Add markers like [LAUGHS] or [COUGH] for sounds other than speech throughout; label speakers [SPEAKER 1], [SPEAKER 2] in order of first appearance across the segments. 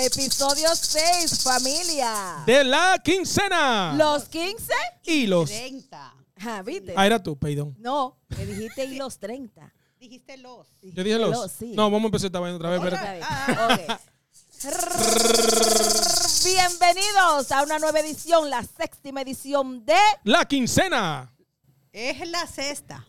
[SPEAKER 1] Episodio 6, familia.
[SPEAKER 2] De la quincena.
[SPEAKER 1] Los 15.
[SPEAKER 2] y los.
[SPEAKER 3] 30.
[SPEAKER 1] Ah, ¿viste?
[SPEAKER 2] Ah, era tú, Peidón.
[SPEAKER 1] No, me dijiste y los 30.
[SPEAKER 3] Dijiste los.
[SPEAKER 2] Yo dije los.
[SPEAKER 1] Los, sí.
[SPEAKER 2] No, vamos a empezar esta vaina otra vez. espérate.
[SPEAKER 1] Otra vez. Ok. Bienvenidos a una nueva edición, la séptima edición de
[SPEAKER 2] La quincena.
[SPEAKER 3] Es la sexta.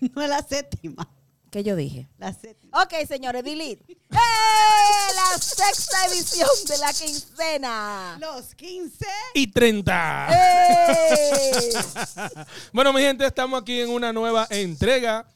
[SPEAKER 3] [LAUGHS] no es la séptima.
[SPEAKER 1] que yo dije.
[SPEAKER 3] La séptima.
[SPEAKER 1] Ok, señores, delete. ¡Eh! La sexta edición de la
[SPEAKER 2] [LAUGHS]
[SPEAKER 1] quincena.
[SPEAKER 3] Los 15.
[SPEAKER 2] Y 30.
[SPEAKER 1] ¡Eh!
[SPEAKER 2] Bueno, mi gente, estamos aquí en una nueva entrega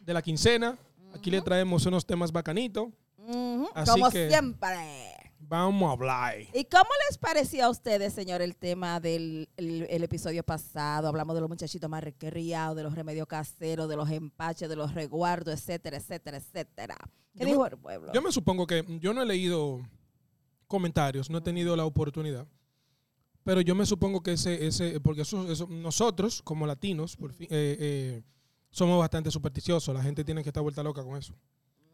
[SPEAKER 2] de la quincena. Aquí le traemos unos temas bacanitos.
[SPEAKER 1] Ujú,
[SPEAKER 2] Así
[SPEAKER 1] Como
[SPEAKER 2] que-
[SPEAKER 1] siempre.
[SPEAKER 2] Vamos a hablar.
[SPEAKER 1] ¿Y cómo les pareció a ustedes, señor, el tema del el, el episodio pasado? Hablamos de los muchachitos más requeridos, de los remedios caseros, de los empaches, de los resguardos, etcétera, etcétera, etcétera. ¿Qué
[SPEAKER 2] Yo
[SPEAKER 1] dijo
[SPEAKER 2] me-
[SPEAKER 1] el pueblo?
[SPEAKER 2] Yo me supongo que yo no he leído comentarios, no he tenido la oportunidad. Pero yo me supongo que ese, ese porque eso, eso- nosotros como latinos, por fin, eh, eh, somos bastante supersticiosos. La gente tiene que estar vuelta loca con eso.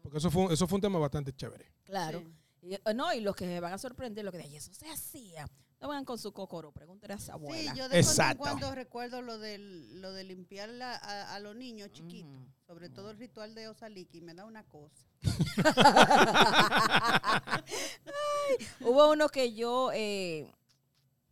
[SPEAKER 2] Porque eso fue, un- eso fue un tema bastante chévere.
[SPEAKER 1] Claro. Y, eh, no, y los que se van a sorprender, los que digan, "Y eso se hacía. No vengan con su cocoro, pregúntenle a su abuela.
[SPEAKER 3] Sí, yo de cuando en
[SPEAKER 2] Exacto.
[SPEAKER 3] cuando recuerdo lo de, lo de limpiar la- a, a los
[SPEAKER 1] Mm.
[SPEAKER 3] niños chiquitos.
[SPEAKER 1] Ujú.
[SPEAKER 3] Sobre todo el ritual de Osaliki. Me da una cosa.
[SPEAKER 1] Hubo uno que yo eh,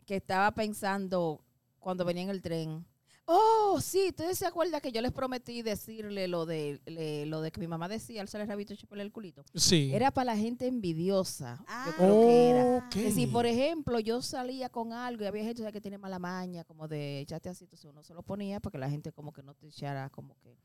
[SPEAKER 1] que estaba pensando cuando venía en el tren. Oh, sí, ustedes se acuerdan que yo les prometí decirle lo de le- lo de que mi mamá decía, alza el rabito y chúpale el culito.
[SPEAKER 2] Sí. Oh,
[SPEAKER 1] Era para la gente envidiosa.
[SPEAKER 3] Ah.
[SPEAKER 1] yo creo que era.
[SPEAKER 2] Ok.
[SPEAKER 1] Que si, por ejemplo, yo salía con algo y había gente o sea, que tiene mala maña, como de echarte así, entonces uno se lo ponía para que la gente como que no te echara como que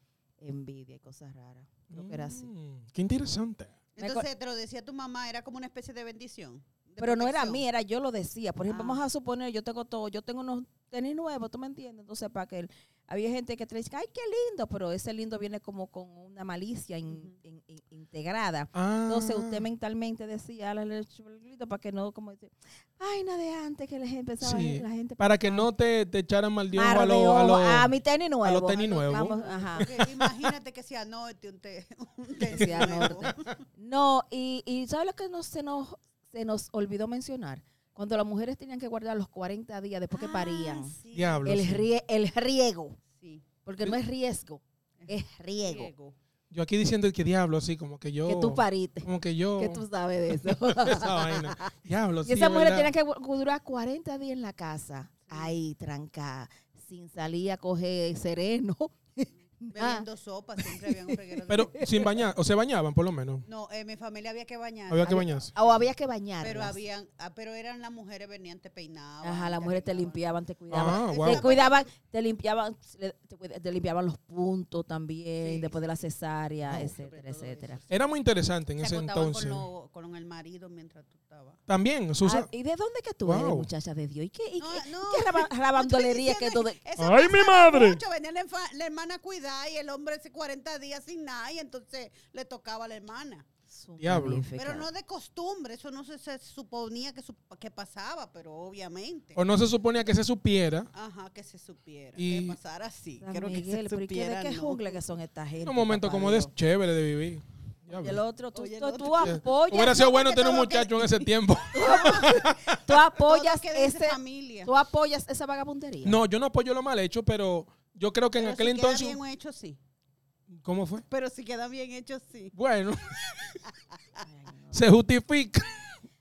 [SPEAKER 1] envidia y cosas raras. Creo que era así.
[SPEAKER 2] Mm, qué interesante.
[SPEAKER 1] Me acu-
[SPEAKER 3] Entonces te lo decía tu mamá, era como una especie de bendición. de
[SPEAKER 1] Pero no era
[SPEAKER 3] protección.
[SPEAKER 1] mí, era yo lo decía. Por ejemplo,
[SPEAKER 3] Ah.
[SPEAKER 1] vamos a suponer, yo tengo todo, yo tengo unos tenis nuevos, ¿tú me entiendes? Entonces, para que el- había gente que te dice, ay, qué lindo, pero ese lindo viene como con una malicia in-
[SPEAKER 3] Ujú.
[SPEAKER 1] in- in- integrada.
[SPEAKER 2] Ah.
[SPEAKER 1] Entonces, usted mentalmente decía, "Ala, le chupo el grito", para que no, como dice, ay, nada de antes que la gente empezaba,
[SPEAKER 2] Sí,
[SPEAKER 1] la gente
[SPEAKER 2] Para que no te, te echaran mal Dios a
[SPEAKER 1] Mardeo,
[SPEAKER 2] los a los-
[SPEAKER 1] a mi tenis nuevo.
[SPEAKER 2] tenis nuevos.
[SPEAKER 1] Vamos, ajá.
[SPEAKER 3] Porque imagínate que sea norte un té. Un té
[SPEAKER 1] Que sea
[SPEAKER 3] nuevo.
[SPEAKER 1] No, y, y ¿sabes lo que no, se, nos, se nos olvidó mencionar? Cuando las mujeres tenían que guardar los 40 días después que
[SPEAKER 3] Ah,
[SPEAKER 1] parían.
[SPEAKER 3] sí,
[SPEAKER 2] Diablo,
[SPEAKER 1] El,
[SPEAKER 2] sí.
[SPEAKER 1] rie- el riego,
[SPEAKER 3] sí.
[SPEAKER 1] porque no es riesgo, es riego.
[SPEAKER 3] Diego.
[SPEAKER 2] Yo aquí diciendo que diablo, así como que yo.
[SPEAKER 1] Que tú pariste,
[SPEAKER 2] Como que yo.
[SPEAKER 1] que tú sabes de eso.
[SPEAKER 2] [LAUGHS] esa vaina. Diablo,
[SPEAKER 1] y
[SPEAKER 2] sí,
[SPEAKER 1] esa mujer
[SPEAKER 2] ¿verdad?
[SPEAKER 1] tiene que gu- durar 40 días en la casa, ahí trancada, sin salir a coger sereno. [LAUGHS] Ah.
[SPEAKER 3] Bebiendo sopa, siempre había un reguero. de-
[SPEAKER 2] Pero sin bañar, o se bañaban por lo menos.
[SPEAKER 3] no, en mi familia había que bañar.
[SPEAKER 2] Había que bañarse.
[SPEAKER 1] O había que bañarlas.
[SPEAKER 3] Pero habían, ah, pero eran las mujeres venían te peinaban.
[SPEAKER 1] Ajá, las mujeres te
[SPEAKER 3] arreglaban.
[SPEAKER 1] limpiaban, te cuidaban.
[SPEAKER 2] Ah,
[SPEAKER 3] Esa
[SPEAKER 2] wow.
[SPEAKER 1] Te cuidaban, te limpiaban, le- te, cuida- te limpiaban los puntos también,
[SPEAKER 3] Sí.
[SPEAKER 1] después de la cesárea,
[SPEAKER 2] No,
[SPEAKER 3] sobre
[SPEAKER 1] etcétera,
[SPEAKER 3] todo
[SPEAKER 1] etcétera.
[SPEAKER 3] eso.
[SPEAKER 2] Era muy interesante en
[SPEAKER 3] Se
[SPEAKER 2] ese
[SPEAKER 3] acostaban
[SPEAKER 2] entonces.
[SPEAKER 3] Con, lo- con el marido mientras tú estabas.
[SPEAKER 2] También, Susa.
[SPEAKER 1] Ah, ¿Y de dónde que tú eres,
[SPEAKER 2] Wow.
[SPEAKER 1] muchacha de Dios? ¿Y qué, y
[SPEAKER 3] No,
[SPEAKER 1] qué-
[SPEAKER 3] no,
[SPEAKER 1] qué raba- rabandolería que tú... de-
[SPEAKER 3] Eso
[SPEAKER 2] ¡Ay, mi
[SPEAKER 3] pasaba
[SPEAKER 2] madre!
[SPEAKER 3] Mucho, venía la, enfa- la hermana a cuidar y el hombre hace 40 días sin nada y entonces le tocaba a la hermana.
[SPEAKER 1] Su
[SPEAKER 2] Diablo.
[SPEAKER 1] magnífica.
[SPEAKER 3] Pero no de costumbre, eso no se, se suponía que, su- que pasaba, pero obviamente.
[SPEAKER 2] o no se suponía que se supiera.
[SPEAKER 3] Ajá, que se supiera,
[SPEAKER 2] Y-
[SPEAKER 3] que pasara así.
[SPEAKER 1] San
[SPEAKER 3] Creo que
[SPEAKER 1] Miguel,
[SPEAKER 3] se
[SPEAKER 1] pero ¿y qué-
[SPEAKER 3] supiera,
[SPEAKER 1] ¿de qué
[SPEAKER 3] no.
[SPEAKER 1] jungla que son esta gente?
[SPEAKER 2] Era un momento
[SPEAKER 1] papá
[SPEAKER 2] como de
[SPEAKER 1] Dios?
[SPEAKER 2] chévere de vivir.
[SPEAKER 1] Y
[SPEAKER 2] Diablo.
[SPEAKER 1] el otro, tú,
[SPEAKER 3] Oye, el
[SPEAKER 1] tú-
[SPEAKER 3] otro.
[SPEAKER 1] tú apoyas,
[SPEAKER 2] Hubiera sido
[SPEAKER 3] no,
[SPEAKER 2] bueno
[SPEAKER 3] porque
[SPEAKER 2] tener un
[SPEAKER 3] todo lo que-
[SPEAKER 2] muchacho
[SPEAKER 3] [LAUGHS]
[SPEAKER 2] en ese tiempo.
[SPEAKER 1] tú apoyas
[SPEAKER 3] Todo que dice
[SPEAKER 1] ese,
[SPEAKER 3] familia.
[SPEAKER 1] tú apoyas esa vagabundería.
[SPEAKER 2] No, yo no apoyo lo mal hecho, pero yo creo que en
[SPEAKER 3] Pero
[SPEAKER 2] aquel
[SPEAKER 3] si queda
[SPEAKER 2] entonces.
[SPEAKER 3] bien hecho, sí.
[SPEAKER 2] ¿Cómo fue?
[SPEAKER 3] Pero si queda bien hecho, sí. [LAUGHS]
[SPEAKER 2] Bueno, [LAUGHS]
[SPEAKER 1] Ay, no.
[SPEAKER 2] se justifica.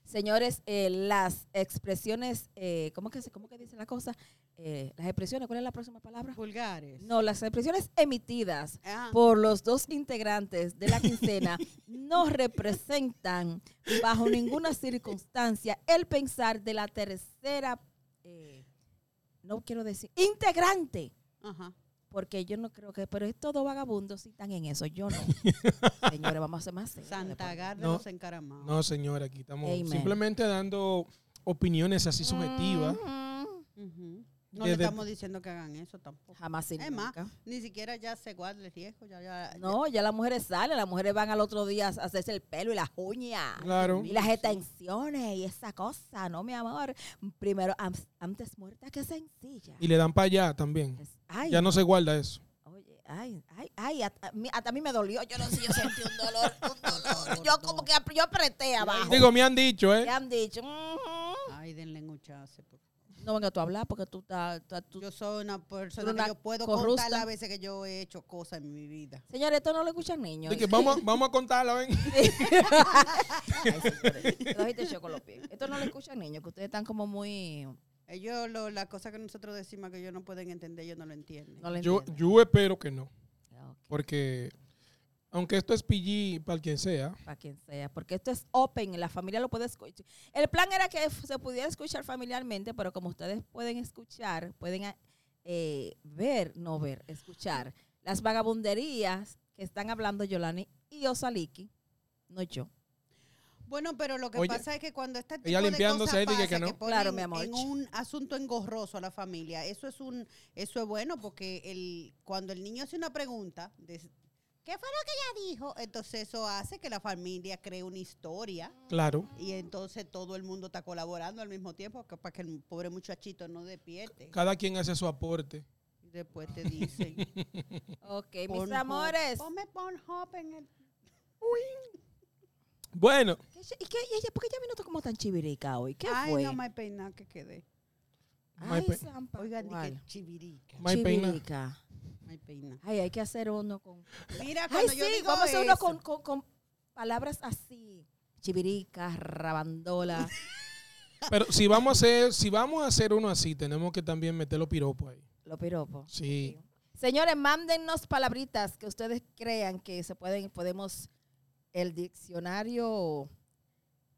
[SPEAKER 1] Señores, eh, las expresiones, eh, ¿cómo que se, cómo que dice la cosa? Eh, las expresiones, ¿cuál es la próxima palabra?
[SPEAKER 3] Pues. Vulgares.
[SPEAKER 1] No, las expresiones emitidas
[SPEAKER 3] Ah,
[SPEAKER 1] por los dos integrantes de la quincena no representan bajo ninguna circunstancia el pensar de la tercera, eh, no quiero decir, integrante.
[SPEAKER 3] ajá.
[SPEAKER 1] Porque yo no creo que, pero es todo vagabundo si están en eso. Yo no. Señores, vamos a hacer más. pues. serios,
[SPEAKER 3] Santa
[SPEAKER 1] de por-
[SPEAKER 3] Garda
[SPEAKER 2] No.
[SPEAKER 3] los encaramados.
[SPEAKER 2] No, señor, aquí estamos
[SPEAKER 1] Amen.
[SPEAKER 2] simplemente dando opiniones así subjetivas.
[SPEAKER 1] Ujú.
[SPEAKER 3] Ujú. No
[SPEAKER 2] Desde-
[SPEAKER 3] le estamos diciendo que hagan eso tampoco.
[SPEAKER 1] Jamás y
[SPEAKER 3] Es más,
[SPEAKER 1] nunca.
[SPEAKER 3] Ni siquiera ya se guarda el riesgo. Ya, ya,
[SPEAKER 1] No, ya las mujeres salen, las mujeres van al otro día a hacerse el pelo y las uñas.
[SPEAKER 2] Claro.
[SPEAKER 1] Y las extensiones y esa cosa, ¿no, mi amor? Primero, am- antes muerta que sencilla.
[SPEAKER 2] Y le dan para allá también.
[SPEAKER 1] Pues, Ay,
[SPEAKER 2] Ya no se guarda eso.
[SPEAKER 1] oye, Ay, ay, ay, hasta, a mí- hasta a mí me dolió. Yo no sé, yo sentí un dolor, un dolor. Yo como que ap- yo apreté abajo.
[SPEAKER 2] Digo, me han dicho, ¿eh?
[SPEAKER 1] Ya han dicho, "Ujú".
[SPEAKER 3] Ay, denle un chance. por favor.
[SPEAKER 1] no venga tú a hablar porque tú estás... estás- tú-
[SPEAKER 3] Yo soy una persona
[SPEAKER 1] una
[SPEAKER 3] que yo puedo
[SPEAKER 1] corrupta.
[SPEAKER 3] contar las veces que yo he hecho cosas en mi vida.
[SPEAKER 1] Señores, esto no lo escuchan niños.
[SPEAKER 2] De que vamos, a- vamos a contarla, ven.
[SPEAKER 1] [LAUGHS] Ay, señores, te cogiste yo con los pies. Esto no lo escuchan niños, que ustedes están como muy...
[SPEAKER 3] Ellos, lo, las cosas que nosotros decimos que ellos no pueden entender, ellos no lo entienden.
[SPEAKER 1] No lo
[SPEAKER 2] Yo,
[SPEAKER 1] entienden.
[SPEAKER 2] yo espero que no.
[SPEAKER 1] Ok,
[SPEAKER 2] Porque, aunque esto es PG para quien sea,
[SPEAKER 1] para quien sea, porque esto es open, la familia lo puede escuchar. El plan era que f- se pudiera escuchar familiarmente, pero como ustedes pueden escuchar, pueden ah, eh, ver, no ver, escuchar las vagabunderías que están hablando Yolani y Osaliki, no yo.
[SPEAKER 3] Bueno, pero lo que
[SPEAKER 2] Oye,
[SPEAKER 3] pasa es que cuando este tipo
[SPEAKER 2] ella
[SPEAKER 3] de
[SPEAKER 2] limpiándose
[SPEAKER 3] cosas
[SPEAKER 2] ahí, dije
[SPEAKER 3] pasa,
[SPEAKER 2] que no.
[SPEAKER 3] ponen
[SPEAKER 1] Claro, mi amor.
[SPEAKER 3] en un asunto engorroso a la familia, eso es un, eso es bueno porque el, cuando el niño hace una pregunta, de, ¿qué fue lo que ella dijo? Entonces eso hace que la familia cree una historia
[SPEAKER 2] claro.
[SPEAKER 3] y entonces todo el mundo está colaborando al mismo tiempo que- para que el pobre muchachito no despierte.
[SPEAKER 2] Cada quien hace su aporte.
[SPEAKER 3] Y Después
[SPEAKER 1] [LAUGHS]
[SPEAKER 3] te dicen,
[SPEAKER 1] Ok, mis
[SPEAKER 3] Pornhub.
[SPEAKER 1] amores.
[SPEAKER 3] Ponme Pornhub en el...
[SPEAKER 2] Bueno,
[SPEAKER 1] ¿Qué ella- ¿Y qué, y ella, ¿Por qué ella vino como tan chivirica hoy? ¿Qué
[SPEAKER 3] Ay,
[SPEAKER 1] fue?
[SPEAKER 3] no, me peiná que quedé.
[SPEAKER 1] Ay,
[SPEAKER 2] my,
[SPEAKER 1] San
[SPEAKER 3] Oigan,
[SPEAKER 1] Pascual.
[SPEAKER 3] dije chivirica.
[SPEAKER 2] my peina.
[SPEAKER 1] Chivirica.
[SPEAKER 3] my peina.
[SPEAKER 1] Ay, hay que hacer uno con.
[SPEAKER 3] Mira,
[SPEAKER 1] Ay,
[SPEAKER 3] cuando
[SPEAKER 1] sí,
[SPEAKER 3] yo digo
[SPEAKER 1] vamos a hacer uno
[SPEAKER 3] eso-
[SPEAKER 1] con, con- con palabras así. Chivirica, rabandola. [LAUGHS]
[SPEAKER 2] Pero si vamos a hacer, si vamos a hacer uno así, tenemos que también meter los piropos ahí.
[SPEAKER 1] Lo piropo.
[SPEAKER 2] Sí.
[SPEAKER 1] Señores, mándennos palabritas que ustedes crean que se pueden, podemos. El diccionario.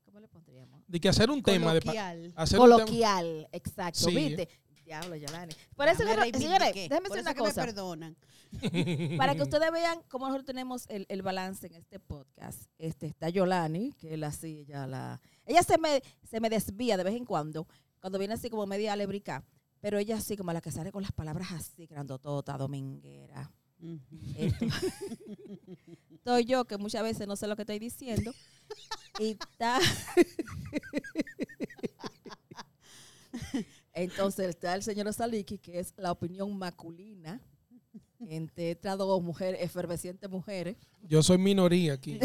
[SPEAKER 1] ¿Cómo le pondríamos?
[SPEAKER 2] De que hacer un tema de pa-
[SPEAKER 3] Coloquial.
[SPEAKER 2] hacer un tema-
[SPEAKER 1] Coloquial, exacto.
[SPEAKER 2] Sí.
[SPEAKER 1] ¿Viste? Diablo, Yolani. Por eso,
[SPEAKER 3] Ya
[SPEAKER 1] que
[SPEAKER 3] me
[SPEAKER 1] no-
[SPEAKER 3] reivindiqué.
[SPEAKER 1] señores, déjenme
[SPEAKER 3] Por
[SPEAKER 1] decir
[SPEAKER 3] eso
[SPEAKER 1] una
[SPEAKER 3] que me
[SPEAKER 1] cosa.
[SPEAKER 3] perdonan.
[SPEAKER 1] para que ustedes vean cómo nosotros tenemos el, el balance en este podcast. Este está Yolani, que él así, ella la. Ella se me, se me desvía de vez en cuando, cuando viene así como media alebrica. Pero ella así como la que sale con las palabras así, grandotota, dominguera. Esto. [LAUGHS] Estoy yo, que muchas veces no sé lo que estoy diciendo. Y está. [LAUGHS] Entonces está el señor Saliki, que es la opinión masculina entre estas dos mujeres, efervescientes mujeres.
[SPEAKER 2] Yo soy minoría aquí.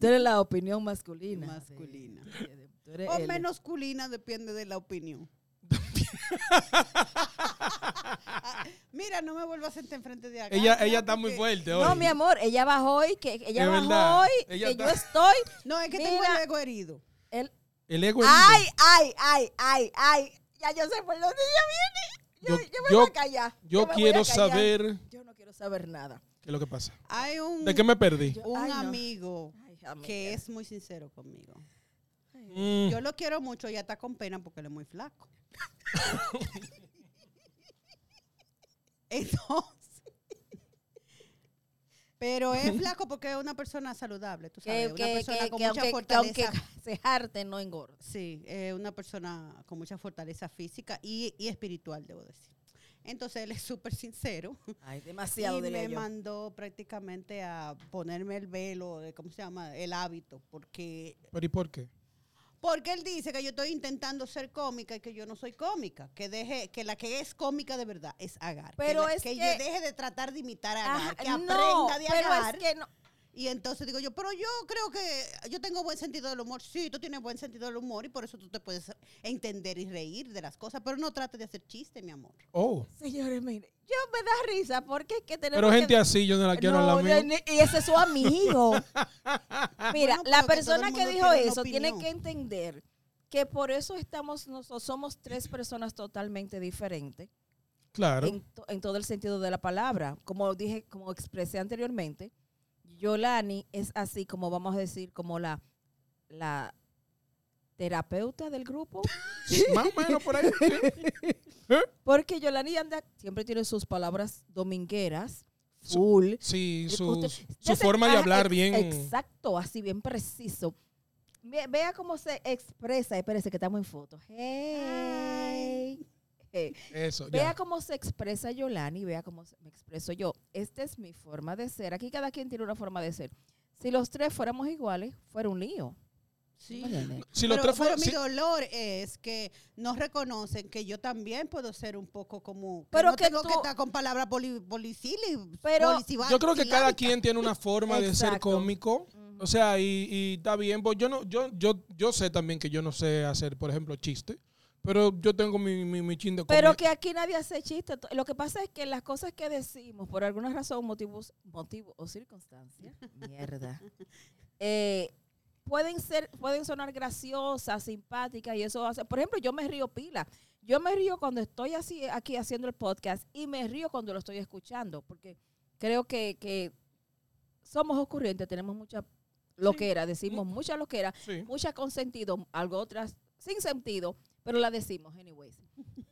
[SPEAKER 1] Tú eres la opinión masculina. de-
[SPEAKER 3] Masculina.
[SPEAKER 1] de- de- tú eres
[SPEAKER 2] Oh,
[SPEAKER 3] O
[SPEAKER 1] el-
[SPEAKER 3] menos culina, depende de la opinión.
[SPEAKER 1] [LAUGHS]
[SPEAKER 3] Ah, Mira, no me vuelvas a sentar enfrente de acá.
[SPEAKER 2] ella,
[SPEAKER 3] ¿no?
[SPEAKER 2] ella está muy
[SPEAKER 3] Porque-
[SPEAKER 2] fuerte hoy.
[SPEAKER 1] No, mi amor, ella bajó hoy, que ella
[SPEAKER 2] Es
[SPEAKER 1] bajó
[SPEAKER 2] verdad,
[SPEAKER 1] hoy,
[SPEAKER 2] ella
[SPEAKER 1] que
[SPEAKER 2] está-
[SPEAKER 1] yo estoy.
[SPEAKER 3] No, es que tengo
[SPEAKER 1] Mira.
[SPEAKER 3] el ego herido.
[SPEAKER 1] el-
[SPEAKER 2] El ego
[SPEAKER 1] ay,
[SPEAKER 2] herido.
[SPEAKER 1] ay, ay, ay, ay. Ya yo sé por dónde ella viene. Yo,
[SPEAKER 2] Yo-
[SPEAKER 1] yo me
[SPEAKER 2] yo-
[SPEAKER 1] voy a callar.
[SPEAKER 2] Yo
[SPEAKER 1] me voy a
[SPEAKER 2] quiero
[SPEAKER 1] callar.
[SPEAKER 2] saber
[SPEAKER 1] Yo no quiero saber nada.
[SPEAKER 2] qué es lo que pasa.
[SPEAKER 3] Hay un,
[SPEAKER 1] Mm.
[SPEAKER 2] ¿De qué me perdí?
[SPEAKER 1] Yo-
[SPEAKER 3] un
[SPEAKER 1] ay, no.
[SPEAKER 3] amigo
[SPEAKER 1] Ay, amiga.
[SPEAKER 3] que es muy sincero conmigo.
[SPEAKER 2] Mm,
[SPEAKER 3] Yo lo quiero mucho y está con pena porque él es muy flaco. [LAUGHS] Entonces. Pero
[SPEAKER 1] [LAUGHS]
[SPEAKER 3] es flaco porque es una persona saludable, tú sabes,
[SPEAKER 1] Que,
[SPEAKER 3] una
[SPEAKER 1] que,
[SPEAKER 3] persona
[SPEAKER 1] que-
[SPEAKER 3] con
[SPEAKER 1] que
[SPEAKER 3] mucha
[SPEAKER 1] aunque, que
[SPEAKER 3] fortaleza.
[SPEAKER 1] aunque se jarte, no engorda.
[SPEAKER 3] Sí, es una persona con mucha fortaleza física y, y espiritual, debo decir. Entonces él es súper
[SPEAKER 1] [LAUGHS]
[SPEAKER 3] sincero
[SPEAKER 1] Ay, demasiado,
[SPEAKER 3] y
[SPEAKER 1] diría
[SPEAKER 3] me
[SPEAKER 1] yo.
[SPEAKER 3] mandó prácticamente a ponerme el velo, de, ¿cómo se llama? El hábito, porque
[SPEAKER 2] ¿Pero y por qué?
[SPEAKER 3] porque él dice que yo estoy intentando ser cómica y que yo no soy cómica. Que deje, que la que es cómica de verdad es Agar.
[SPEAKER 1] Pero
[SPEAKER 3] que, la-
[SPEAKER 1] es
[SPEAKER 3] que
[SPEAKER 1] que-
[SPEAKER 3] yo deje de tratar de imitar a
[SPEAKER 1] Ajá,
[SPEAKER 3] Agar, que
[SPEAKER 1] no,
[SPEAKER 3] aprenda de
[SPEAKER 1] pero
[SPEAKER 3] Agar.
[SPEAKER 1] es que no.
[SPEAKER 3] Y entonces digo yo, pero yo creo que yo tengo buen sentido del humor. Sí, tú tienes buen sentido del humor y por eso tú te puedes entender y reír de las cosas, pero no trates de hacer chiste, mi amor.
[SPEAKER 2] Oh,
[SPEAKER 1] Señores, mire, yo me da risa porque es que tenemos
[SPEAKER 2] pero
[SPEAKER 1] que-
[SPEAKER 2] gente así yo no la quiero en la
[SPEAKER 1] No,
[SPEAKER 2] mía.
[SPEAKER 1] ni- y ese es su
[SPEAKER 3] [LAUGHS]
[SPEAKER 1] amigo. Mira,
[SPEAKER 3] Bueno,
[SPEAKER 1] la
[SPEAKER 3] pero que todo
[SPEAKER 1] persona
[SPEAKER 3] el
[SPEAKER 1] que
[SPEAKER 3] mundo
[SPEAKER 1] dijo
[SPEAKER 3] tiene una
[SPEAKER 1] eso tiene
[SPEAKER 3] opinión.
[SPEAKER 1] que entender que por eso estamos nosotros somos tres personas totalmente diferentes
[SPEAKER 2] Claro.
[SPEAKER 1] [LAUGHS] en, to- en todo el sentido de la palabra. Como dije, como expresé anteriormente, Yolani es así como vamos a decir como la la terapeuta del grupo.
[SPEAKER 2] Más o menos por ahí. sí.
[SPEAKER 1] Porque Yolani anda, siempre tiene sus palabras domingueras, full. [LAUGHS]
[SPEAKER 2] Sí, su,
[SPEAKER 1] Usted-
[SPEAKER 2] su
[SPEAKER 1] Ese-
[SPEAKER 2] forma de
[SPEAKER 1] ajá,
[SPEAKER 2] hablar
[SPEAKER 1] ex-
[SPEAKER 2] bien.
[SPEAKER 1] Exacto, así bien preciso. Ve- Vea cómo se expresa, espérese que estamos en foto. Hey. Hey.
[SPEAKER 2] Eso,
[SPEAKER 1] Vea
[SPEAKER 2] ya.
[SPEAKER 1] cómo se expresa Yolani, vea cómo se- me expreso yo. Esta es mi forma de ser. Aquí cada quien tiene una forma de ser. Si los tres fuéramos iguales, fuera un lío.
[SPEAKER 3] Sí.
[SPEAKER 4] Óyeme.
[SPEAKER 2] Si los tres
[SPEAKER 3] pero, pero
[SPEAKER 2] fueron.
[SPEAKER 3] mi
[SPEAKER 2] si-
[SPEAKER 3] dolor es que no reconocen que yo también puedo ser un poco como. que
[SPEAKER 1] Pero
[SPEAKER 3] no
[SPEAKER 1] que
[SPEAKER 3] tengo
[SPEAKER 1] tú-
[SPEAKER 3] que estar con palabras poli, polisili-
[SPEAKER 1] Pero-
[SPEAKER 3] polisival-
[SPEAKER 2] yo creo que cada
[SPEAKER 3] silábica.
[SPEAKER 2] quien tiene una forma de ser
[SPEAKER 1] Exacto.
[SPEAKER 2] cómico.
[SPEAKER 1] Ujú.
[SPEAKER 2] O sea, y, y está bien. Pues yo no, yo, yo, yo sé también que yo no sé hacer, por ejemplo, chiste. Pero yo tengo mi, mi, mi chin de
[SPEAKER 1] Pero
[SPEAKER 2] comi-
[SPEAKER 1] que aquí nadie hace chiste. To- Lo que pasa es que las cosas que decimos, por alguna razón, motivos, motivo o circunstancia, mierda, eh, pueden ser, pueden sonar graciosas, simpáticas y eso hace. Por ejemplo, yo me río pila. Yo me río cuando estoy así aquí haciendo el podcast y me río cuando lo estoy escuchando, porque creo que, que somos ocurrentes, tenemos mucha loquera, decimos mucha loquera
[SPEAKER 2] Sí.
[SPEAKER 1] muchas con sentido, algo otras sin sentido, pero la decimos, anyways.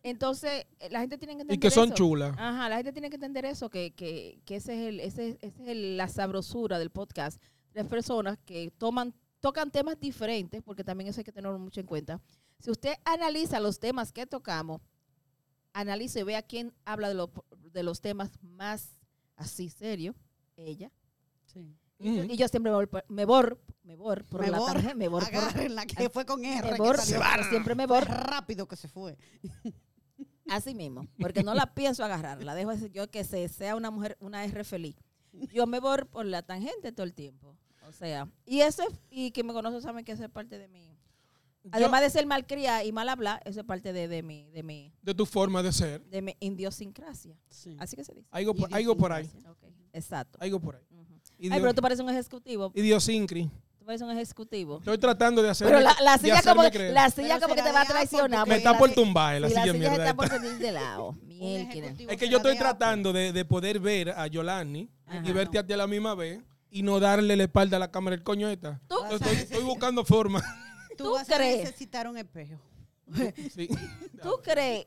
[SPEAKER 1] Entonces, eh, la gente tiene que entender
[SPEAKER 2] Y que son
[SPEAKER 1] eso. Ah,
[SPEAKER 2] chulas.
[SPEAKER 1] Ajá, la gente tiene que entender eso, que, que, que ese es el, ese, es- esa es el- la sabrosura del podcast. Tres personas que toman, tocan temas diferentes, porque también eso hay que tenerlo mucho en cuenta. Si usted analiza los temas que tocamos, analice y vea quién habla de, lo- de los temas más así serio, ella.
[SPEAKER 2] Ujú.
[SPEAKER 1] Y yo siempre me voy, por- me bor, me bor por
[SPEAKER 3] Me
[SPEAKER 1] la
[SPEAKER 3] bor,
[SPEAKER 1] tarjeta, me bor por-
[SPEAKER 3] Agárrenla, que fue con R.
[SPEAKER 1] me
[SPEAKER 3] que
[SPEAKER 1] bor,
[SPEAKER 3] salió.
[SPEAKER 1] yo siempre me
[SPEAKER 3] Fue
[SPEAKER 1] bor,
[SPEAKER 3] rápido que se fue.
[SPEAKER 1] así mismo, porque no la pienso agarrar, la dejo así, yo que se, sea una mujer, una R feliz. Yo me voy por la tangente todo el tiempo, o sea, y eso es, y que me conocen saben que eso es parte de mí.
[SPEAKER 2] Yo-
[SPEAKER 1] Además de ser malcriada y mal hablar, eso es parte de, de mi, de mi,
[SPEAKER 2] de tu forma de ser.
[SPEAKER 1] de mi indiosincrasia,
[SPEAKER 3] Sí.
[SPEAKER 1] así que se dice.
[SPEAKER 2] Algo por, algo por ahí.
[SPEAKER 1] Ok, Exacto.
[SPEAKER 2] Algo por ahí.
[SPEAKER 1] Ujú.
[SPEAKER 2] Idio-
[SPEAKER 1] Ay, pero tú pareces un ejecutivo,
[SPEAKER 2] Idiosincri.
[SPEAKER 1] tú pareces un ejecutivo.
[SPEAKER 2] Estoy tratando de hacer.
[SPEAKER 1] Pero la, la
[SPEAKER 2] de
[SPEAKER 1] silla
[SPEAKER 2] hacerme
[SPEAKER 1] como,
[SPEAKER 2] creer.
[SPEAKER 1] la silla
[SPEAKER 3] Pero
[SPEAKER 1] como que te
[SPEAKER 3] será
[SPEAKER 1] va a
[SPEAKER 3] de
[SPEAKER 1] traicionar.
[SPEAKER 3] Apple,
[SPEAKER 2] Me está
[SPEAKER 1] porque
[SPEAKER 2] por
[SPEAKER 1] la-
[SPEAKER 2] tumbar la
[SPEAKER 1] y la
[SPEAKER 2] silla
[SPEAKER 1] silla
[SPEAKER 2] mierda.
[SPEAKER 1] está
[SPEAKER 2] esta.
[SPEAKER 1] por salir de lado.
[SPEAKER 3] Un
[SPEAKER 1] Mielquina.
[SPEAKER 3] ejecutivo
[SPEAKER 2] Es que
[SPEAKER 3] será
[SPEAKER 2] yo estoy
[SPEAKER 3] de Apple.
[SPEAKER 2] tratando de, de poder ver a Yolani
[SPEAKER 1] Ajá.
[SPEAKER 2] y verte a ti a la misma vez y no darle la espalda a la cámara el coño esta.
[SPEAKER 1] Tú-
[SPEAKER 2] Yo Estoy, estoy buscando forma.
[SPEAKER 1] [LAUGHS] ¿Tú
[SPEAKER 3] Tú vas a
[SPEAKER 1] crees?
[SPEAKER 3] necesitar un espejo.
[SPEAKER 2] Sí.
[SPEAKER 1] ¿Tú crees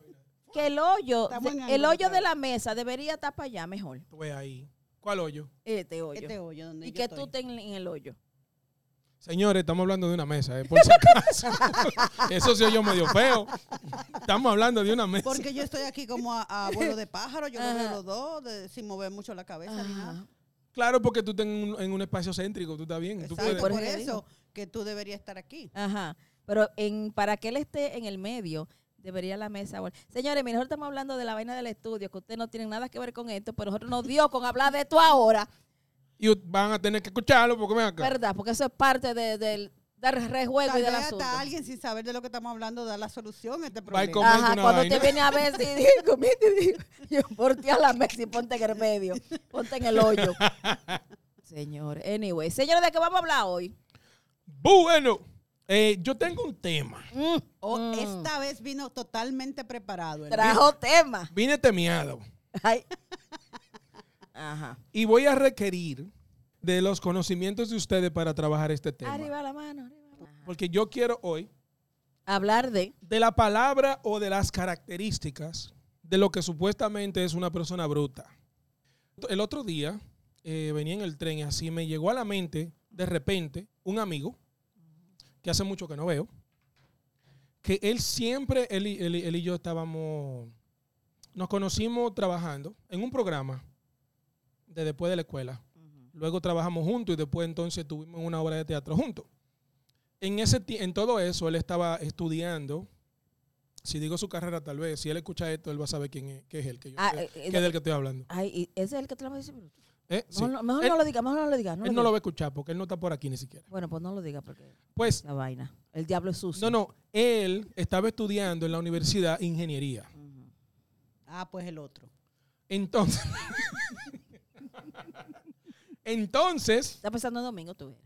[SPEAKER 1] que el hoyo,
[SPEAKER 3] Estamos en
[SPEAKER 1] de- el
[SPEAKER 3] ángulo,
[SPEAKER 1] hoyo de
[SPEAKER 3] claro.
[SPEAKER 1] la mesa debería estar para allá mejor?
[SPEAKER 2] Tú ves ahí. ¿Cuál hoyo?
[SPEAKER 1] Este hoyo.
[SPEAKER 3] Este hoyo donde
[SPEAKER 1] y
[SPEAKER 3] yo
[SPEAKER 1] que
[SPEAKER 3] estoy.
[SPEAKER 1] tú estés en en el hoyo.
[SPEAKER 2] Señores, estamos hablando de una mesa, eh, por si acaso. [LAUGHS] Eso sí yo medio feo. Estamos hablando de una mesa.
[SPEAKER 3] [LAUGHS] Porque yo estoy aquí como a, a vuelo de pájaro, yo lo
[SPEAKER 1] Ajá.
[SPEAKER 3] veo los dos, de- sin mover mucho la cabeza ni nada.
[SPEAKER 1] Ajá.
[SPEAKER 2] Claro, porque tú estás en un, en un espacio céntrico, tú estás bien. Tú
[SPEAKER 3] Exacto,
[SPEAKER 2] puedes.
[SPEAKER 1] Por Ah,
[SPEAKER 3] por,
[SPEAKER 1] eso
[SPEAKER 3] eso que tú deberías estar aquí.
[SPEAKER 1] Ajá. Pero en, para que él esté en el medio, debería la mesa. vol- Señores, mira, nosotros estamos hablando de la vaina del estudio, que ustedes no tienen nada que ver con esto, pero nosotros nos dio con hablar de esto ahora,
[SPEAKER 2] Y ut- van a tener que escucharlo porque ven acá.
[SPEAKER 1] ¿verdad? Porque eso es parte de- del dar rejuego
[SPEAKER 3] Tal
[SPEAKER 1] y del
[SPEAKER 3] vez
[SPEAKER 1] asunto.
[SPEAKER 3] hasta alguien sin saber de lo que estamos hablando da la solución a este
[SPEAKER 2] Va y
[SPEAKER 3] problema.
[SPEAKER 2] come
[SPEAKER 1] Ajá,
[SPEAKER 2] una
[SPEAKER 1] cuando
[SPEAKER 2] vaina.
[SPEAKER 1] te viene a ver si [LAUGHS] digo, mira, digo, yo voltea la mesa y ponte en el medio, ponte en el
[SPEAKER 2] [LAUGHS]
[SPEAKER 1] hoyo. Señor, anyway, señores, ¿de qué vamos a hablar hoy?
[SPEAKER 2] Bueno, eh, yo tengo un tema.
[SPEAKER 1] Mm,
[SPEAKER 3] O
[SPEAKER 1] mm,
[SPEAKER 3] esta vez vino totalmente preparado. el
[SPEAKER 1] trajo tema.
[SPEAKER 2] Vine temeado.
[SPEAKER 1] Ay. Ajá.
[SPEAKER 2] Y voy a requerir de los conocimientos de ustedes para trabajar este tema.
[SPEAKER 1] Arriba la mano, arriba la mano.
[SPEAKER 2] Porque yo quiero hoy
[SPEAKER 1] Hablar de
[SPEAKER 2] de la palabra o de las características de lo que supuestamente es una persona bruta. El otro día eh, venía en el tren y así me llegó a la mente de repente un amigo que hace mucho que no veo, que él siempre, él y, él y- él y yo estábamos, nos conocimos trabajando en un programa de después de la escuela. Luego trabajamos juntos y después entonces tuvimos una obra de teatro juntos. En, ese, ti- en todo eso, él estaba estudiando. Si digo su carrera, tal vez, si él escucha esto, él va a saber quién es, qué es él, que, yo-
[SPEAKER 1] Ah,
[SPEAKER 2] que-
[SPEAKER 1] eh, eh,
[SPEAKER 2] que es del que estoy hablando.
[SPEAKER 1] Ay, y ese es el que te lo va a decir. Mejor,
[SPEAKER 2] Eh, sí.
[SPEAKER 1] no, mejor
[SPEAKER 2] Él-
[SPEAKER 1] no lo diga, mejor no lo diga. no
[SPEAKER 2] Él
[SPEAKER 1] lo
[SPEAKER 2] no lo
[SPEAKER 1] diga.
[SPEAKER 2] va a escuchar porque él no está por aquí ni siquiera.
[SPEAKER 1] Bueno, pues no lo diga porque
[SPEAKER 2] Pues,
[SPEAKER 1] la vaina. El diablo es sucio.
[SPEAKER 2] no, no, él estaba estudiando en la universidad ingeniería.
[SPEAKER 1] Ujú.
[SPEAKER 3] Ah, pues el otro.
[SPEAKER 2] Entonces, [LAUGHS] entonces,
[SPEAKER 1] Está pensando en domingo tú. eres.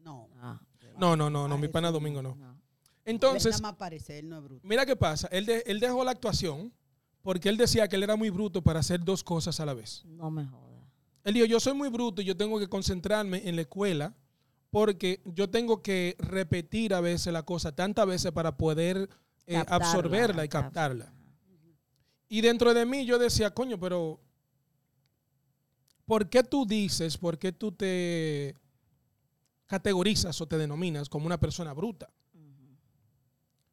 [SPEAKER 3] No.
[SPEAKER 1] Ah, ok.
[SPEAKER 2] no, no, no, no, mi
[SPEAKER 3] Parece
[SPEAKER 2] pana Domingo no.
[SPEAKER 1] No.
[SPEAKER 3] Entonces,
[SPEAKER 2] Entonces,
[SPEAKER 3] nada más parece, él no es bruto.
[SPEAKER 2] mira qué pasa. Él, de- él dejó la actuación porque él decía que él era muy bruto para hacer dos cosas a la vez.
[SPEAKER 1] No me jodas.
[SPEAKER 2] Él dijo, yo soy muy bruto y yo tengo que concentrarme en la escuela porque yo tengo que repetir a veces la cosa tantas veces para poder eh,
[SPEAKER 1] Captarla,
[SPEAKER 2] absorberla y
[SPEAKER 1] cap-
[SPEAKER 2] captarla.
[SPEAKER 1] ajá.
[SPEAKER 2] Y dentro de mí yo decía, coño, pero ¿por qué tú dices, por qué tú te categorizas o te denominas como una persona bruta?
[SPEAKER 1] Ujú.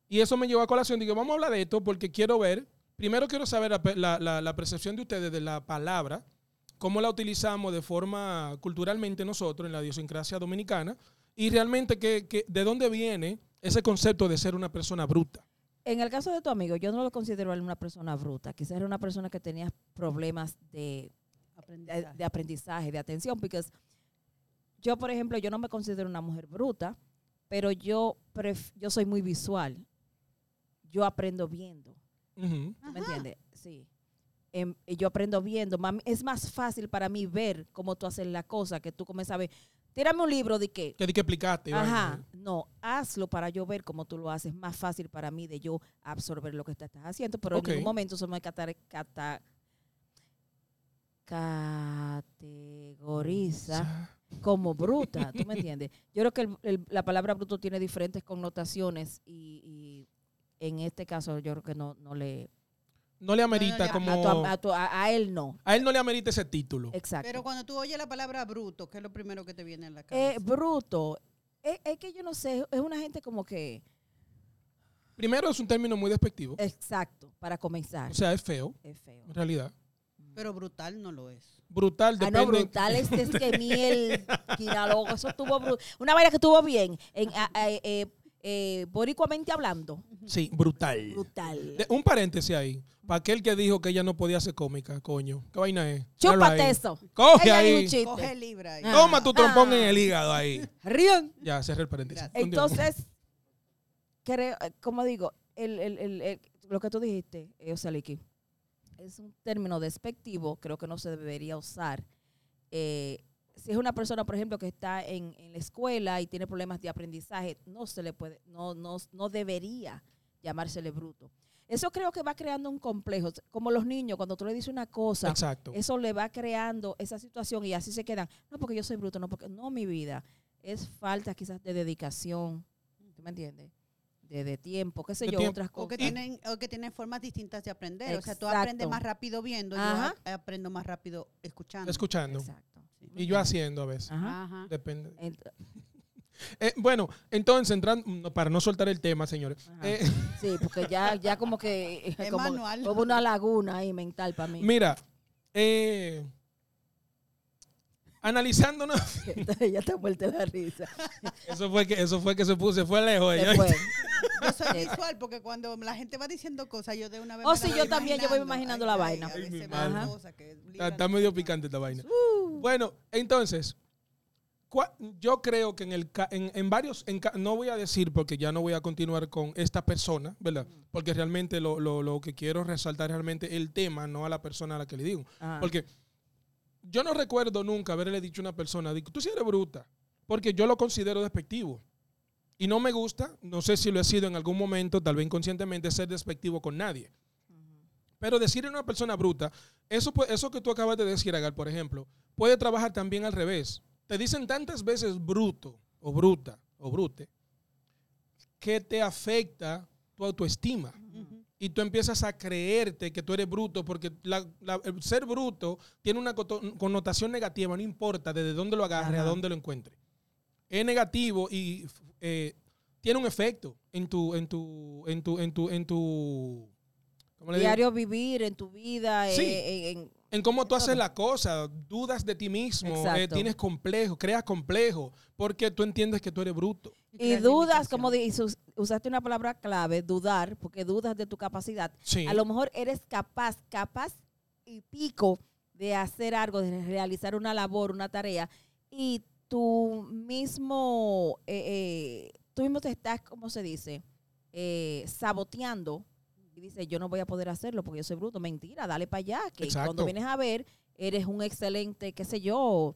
[SPEAKER 2] Y eso me llevó a colación. Digo, vamos a hablar de esto porque quiero ver, primero quiero saber la, pe- la- la- la percepción de ustedes de la palabra cómo la utilizamos de forma culturalmente nosotros en la idiosincrasia dominicana y realmente que, de dónde viene ese concepto de ser una persona bruta.
[SPEAKER 1] En el caso de tu amigo, yo no lo considero a él una persona bruta. Quizás era una persona que tenía problemas de, de, de aprendizaje, de atención, porque yo, por ejemplo, yo no me considero una mujer bruta, pero yo, pref- yo soy muy visual. Yo aprendo viendo.
[SPEAKER 2] Ujú.
[SPEAKER 1] ¿Tú ¿Me entiendes? Sí. Em, y yo aprendo viendo. Mam- es más fácil para mí ver cómo tú haces la cosa, que tú comienzas a ver. Tírame un libro de qué.
[SPEAKER 2] Que di que explicaste. y vaina.
[SPEAKER 1] Ajá. No, hazlo para yo ver cómo tú lo haces. Más fácil para mí de yo absorber lo que te estás haciendo. Pero
[SPEAKER 2] Ok.
[SPEAKER 1] en ningún momento eso me catar- cata- categoriza como bruta,
[SPEAKER 2] [LAUGHS]
[SPEAKER 1] ¿tú me entiendes? Yo creo que el- el- la palabra bruto tiene diferentes connotaciones y, y en este caso yo creo que no, no le...
[SPEAKER 2] No le
[SPEAKER 3] No, no
[SPEAKER 2] amerita
[SPEAKER 3] le-
[SPEAKER 1] Ah, A, tu Eh. am-
[SPEAKER 2] como...
[SPEAKER 1] a tu- a- a él no,
[SPEAKER 2] A él no le amerita ese título.
[SPEAKER 1] exacto.
[SPEAKER 3] Pero cuando tú oyes la palabra bruto, ¿qué es lo primero que te viene a la
[SPEAKER 1] Eh,
[SPEAKER 3] cabeza?
[SPEAKER 1] bruto, es, es que yo no sé, es una gente como que...
[SPEAKER 2] Primero es un término muy despectivo.
[SPEAKER 1] Exacto, para comenzar.
[SPEAKER 2] O sea, es feo,
[SPEAKER 1] es feo.
[SPEAKER 2] en realidad.
[SPEAKER 3] Pero brutal no lo es.
[SPEAKER 2] Brutal,
[SPEAKER 1] Ah, no,
[SPEAKER 2] depende...
[SPEAKER 1] brutal este es que
[SPEAKER 2] [LAUGHS]
[SPEAKER 1] miel, quinalogo, eso estuvo bru- Una vaina que estuvo bien, en, a- a- eh, eh, boricuamente hablando,
[SPEAKER 2] Sí, brutal.
[SPEAKER 1] brutal.
[SPEAKER 2] De- un paréntesis ahí. Para aquel que dijo que ella no podía ser cómica, coño. ¿Qué vaina es? Míralo
[SPEAKER 1] Chúpate
[SPEAKER 2] ahí.
[SPEAKER 1] eso.
[SPEAKER 2] Coge
[SPEAKER 1] Ella dijo un
[SPEAKER 2] ahí.
[SPEAKER 1] chiste.
[SPEAKER 3] Coge libra ahí.
[SPEAKER 1] Ah.
[SPEAKER 2] Toma tu trompón
[SPEAKER 1] Ah.
[SPEAKER 2] en el hígado ahí.
[SPEAKER 1] Rían.
[SPEAKER 2] Ya, cerré el paréntesis.
[SPEAKER 3] Gracias.
[SPEAKER 2] Continúa.
[SPEAKER 1] Entonces, creo, eh, como digo, el, el- el- el- lo que tú dijiste, eh, Osaliki, es un término despectivo, creo que no se debería usar. Eh, si es una persona, por ejemplo, que está en, en la escuela y tiene problemas de aprendizaje, no se le puede, no, no, no debería llamársele bruto. Eso creo que va creando un complejo. Como los niños, cuando tú le dices una cosa,
[SPEAKER 2] Exacto.
[SPEAKER 1] eso le va creando esa situación y así se quedan. No porque yo soy bruto, no porque no mi vida. Es falta quizás de dedicación, ¿tú me entiendes? De, de tiempo, qué sé
[SPEAKER 2] De
[SPEAKER 1] yo,
[SPEAKER 2] tiempo.
[SPEAKER 1] otras
[SPEAKER 3] O
[SPEAKER 1] cosas.
[SPEAKER 3] que, tienen, o que tienen formas distintas de aprender. O sea, tú
[SPEAKER 1] Exacto.
[SPEAKER 3] aprendes más rápido viendo, yo
[SPEAKER 1] Ajá.
[SPEAKER 3] a- aprendo más rápido escuchando.
[SPEAKER 2] Escuchando.
[SPEAKER 1] Exacto.
[SPEAKER 2] Y yo haciendo a veces.
[SPEAKER 1] Ajá.
[SPEAKER 3] Ajá.
[SPEAKER 2] Depende.
[SPEAKER 1] Ent-
[SPEAKER 2] Eh, bueno, entonces, entran- no, para no soltar el tema, señores.
[SPEAKER 1] Ajá.
[SPEAKER 2] Eh,
[SPEAKER 1] Sí, porque ya, ya como que
[SPEAKER 3] [LAUGHS]
[SPEAKER 1] [LAUGHS]
[SPEAKER 3] Es
[SPEAKER 1] como,
[SPEAKER 3] manual.
[SPEAKER 1] como una laguna ahí mental para [LAUGHS] mí.
[SPEAKER 2] mira, eh, analizándonos. [LAUGHS]
[SPEAKER 1] ya te muerte la risa.
[SPEAKER 2] Eso fue que, eso fue que se puso, se fue lejos.
[SPEAKER 1] Se
[SPEAKER 2] ella.
[SPEAKER 1] fue.
[SPEAKER 3] Yo soy
[SPEAKER 1] [LAUGHS]
[SPEAKER 3] visual porque cuando la gente va diciendo cosas, yo de una vez.
[SPEAKER 1] Oh,
[SPEAKER 3] me la
[SPEAKER 1] sí,
[SPEAKER 3] voy
[SPEAKER 1] yo también, yo voy imaginando la vaina.
[SPEAKER 3] a veces
[SPEAKER 2] Ay, mi
[SPEAKER 3] veo
[SPEAKER 1] madre.
[SPEAKER 3] cosas
[SPEAKER 2] [LAUGHS]
[SPEAKER 3] que
[SPEAKER 2] Está,
[SPEAKER 3] libra
[SPEAKER 2] está
[SPEAKER 3] no
[SPEAKER 2] medio
[SPEAKER 3] me-
[SPEAKER 2] picante esta vaina.
[SPEAKER 1] Uh.
[SPEAKER 2] Bueno, entonces, cua- yo creo que en, el, ca- en, en varios, en ca- no voy a decir porque ya no voy a continuar con esta persona, ¿verdad? Porque realmente lo, lo- lo que quiero resaltar es realmente el tema, no a la persona a la que le digo.
[SPEAKER 1] Ajá.
[SPEAKER 2] Porque yo no recuerdo nunca haberle dicho a una persona, digo, tú sí eres bruta, porque yo lo considero despectivo. Y no me gusta, no sé si lo he sido en algún momento, tal vez inconscientemente, ser despectivo con nadie. Pero decirle a una persona bruta, eso, pu- eso que tú acabas de decir, Agar, por ejemplo, puede trabajar también al revés. Te dicen tantas veces bruto o bruta o brute que te afecta tu autoestima
[SPEAKER 3] Ujú.
[SPEAKER 2] y tú empiezas a creerte que tú eres bruto, porque la- la- el ser bruto tiene una coto- connotación negativa, no importa desde dónde lo agarre, a
[SPEAKER 1] Ajá.
[SPEAKER 2] dónde lo encuentre. Es negativo y f- eh, tiene un efecto en tu, en tu, en tu, en tu, en tu, ¿cómo le digo?
[SPEAKER 1] Diario vivir en tu vida. eh,
[SPEAKER 2] Sí.
[SPEAKER 1] en- en-
[SPEAKER 2] En cómo tú haces
[SPEAKER 1] Todo.
[SPEAKER 2] la cosa, dudas de ti mismo, eh,
[SPEAKER 1] Exacto.
[SPEAKER 2] tienes complejo, creas complejo, porque tú entiendes que tú eres bruto.
[SPEAKER 1] y
[SPEAKER 3] crear
[SPEAKER 1] dudas, como
[SPEAKER 3] limitaciones.
[SPEAKER 1] di- us- usaste una palabra clave, dudar, porque dudas de tu capacidad.
[SPEAKER 2] Sí.
[SPEAKER 1] A lo mejor eres capaz, capaz y pico de hacer algo, de realizar una labor, una tarea, y tú mismo, eh, eh, tú mismo te estás, ¿cómo se dice? Eh, saboteando. Y dices, yo no voy a poder hacerlo porque yo soy bruto. Mentira, dale para allá. Que
[SPEAKER 2] Exacto.
[SPEAKER 1] cuando vienes a ver, eres un excelente, qué sé yo.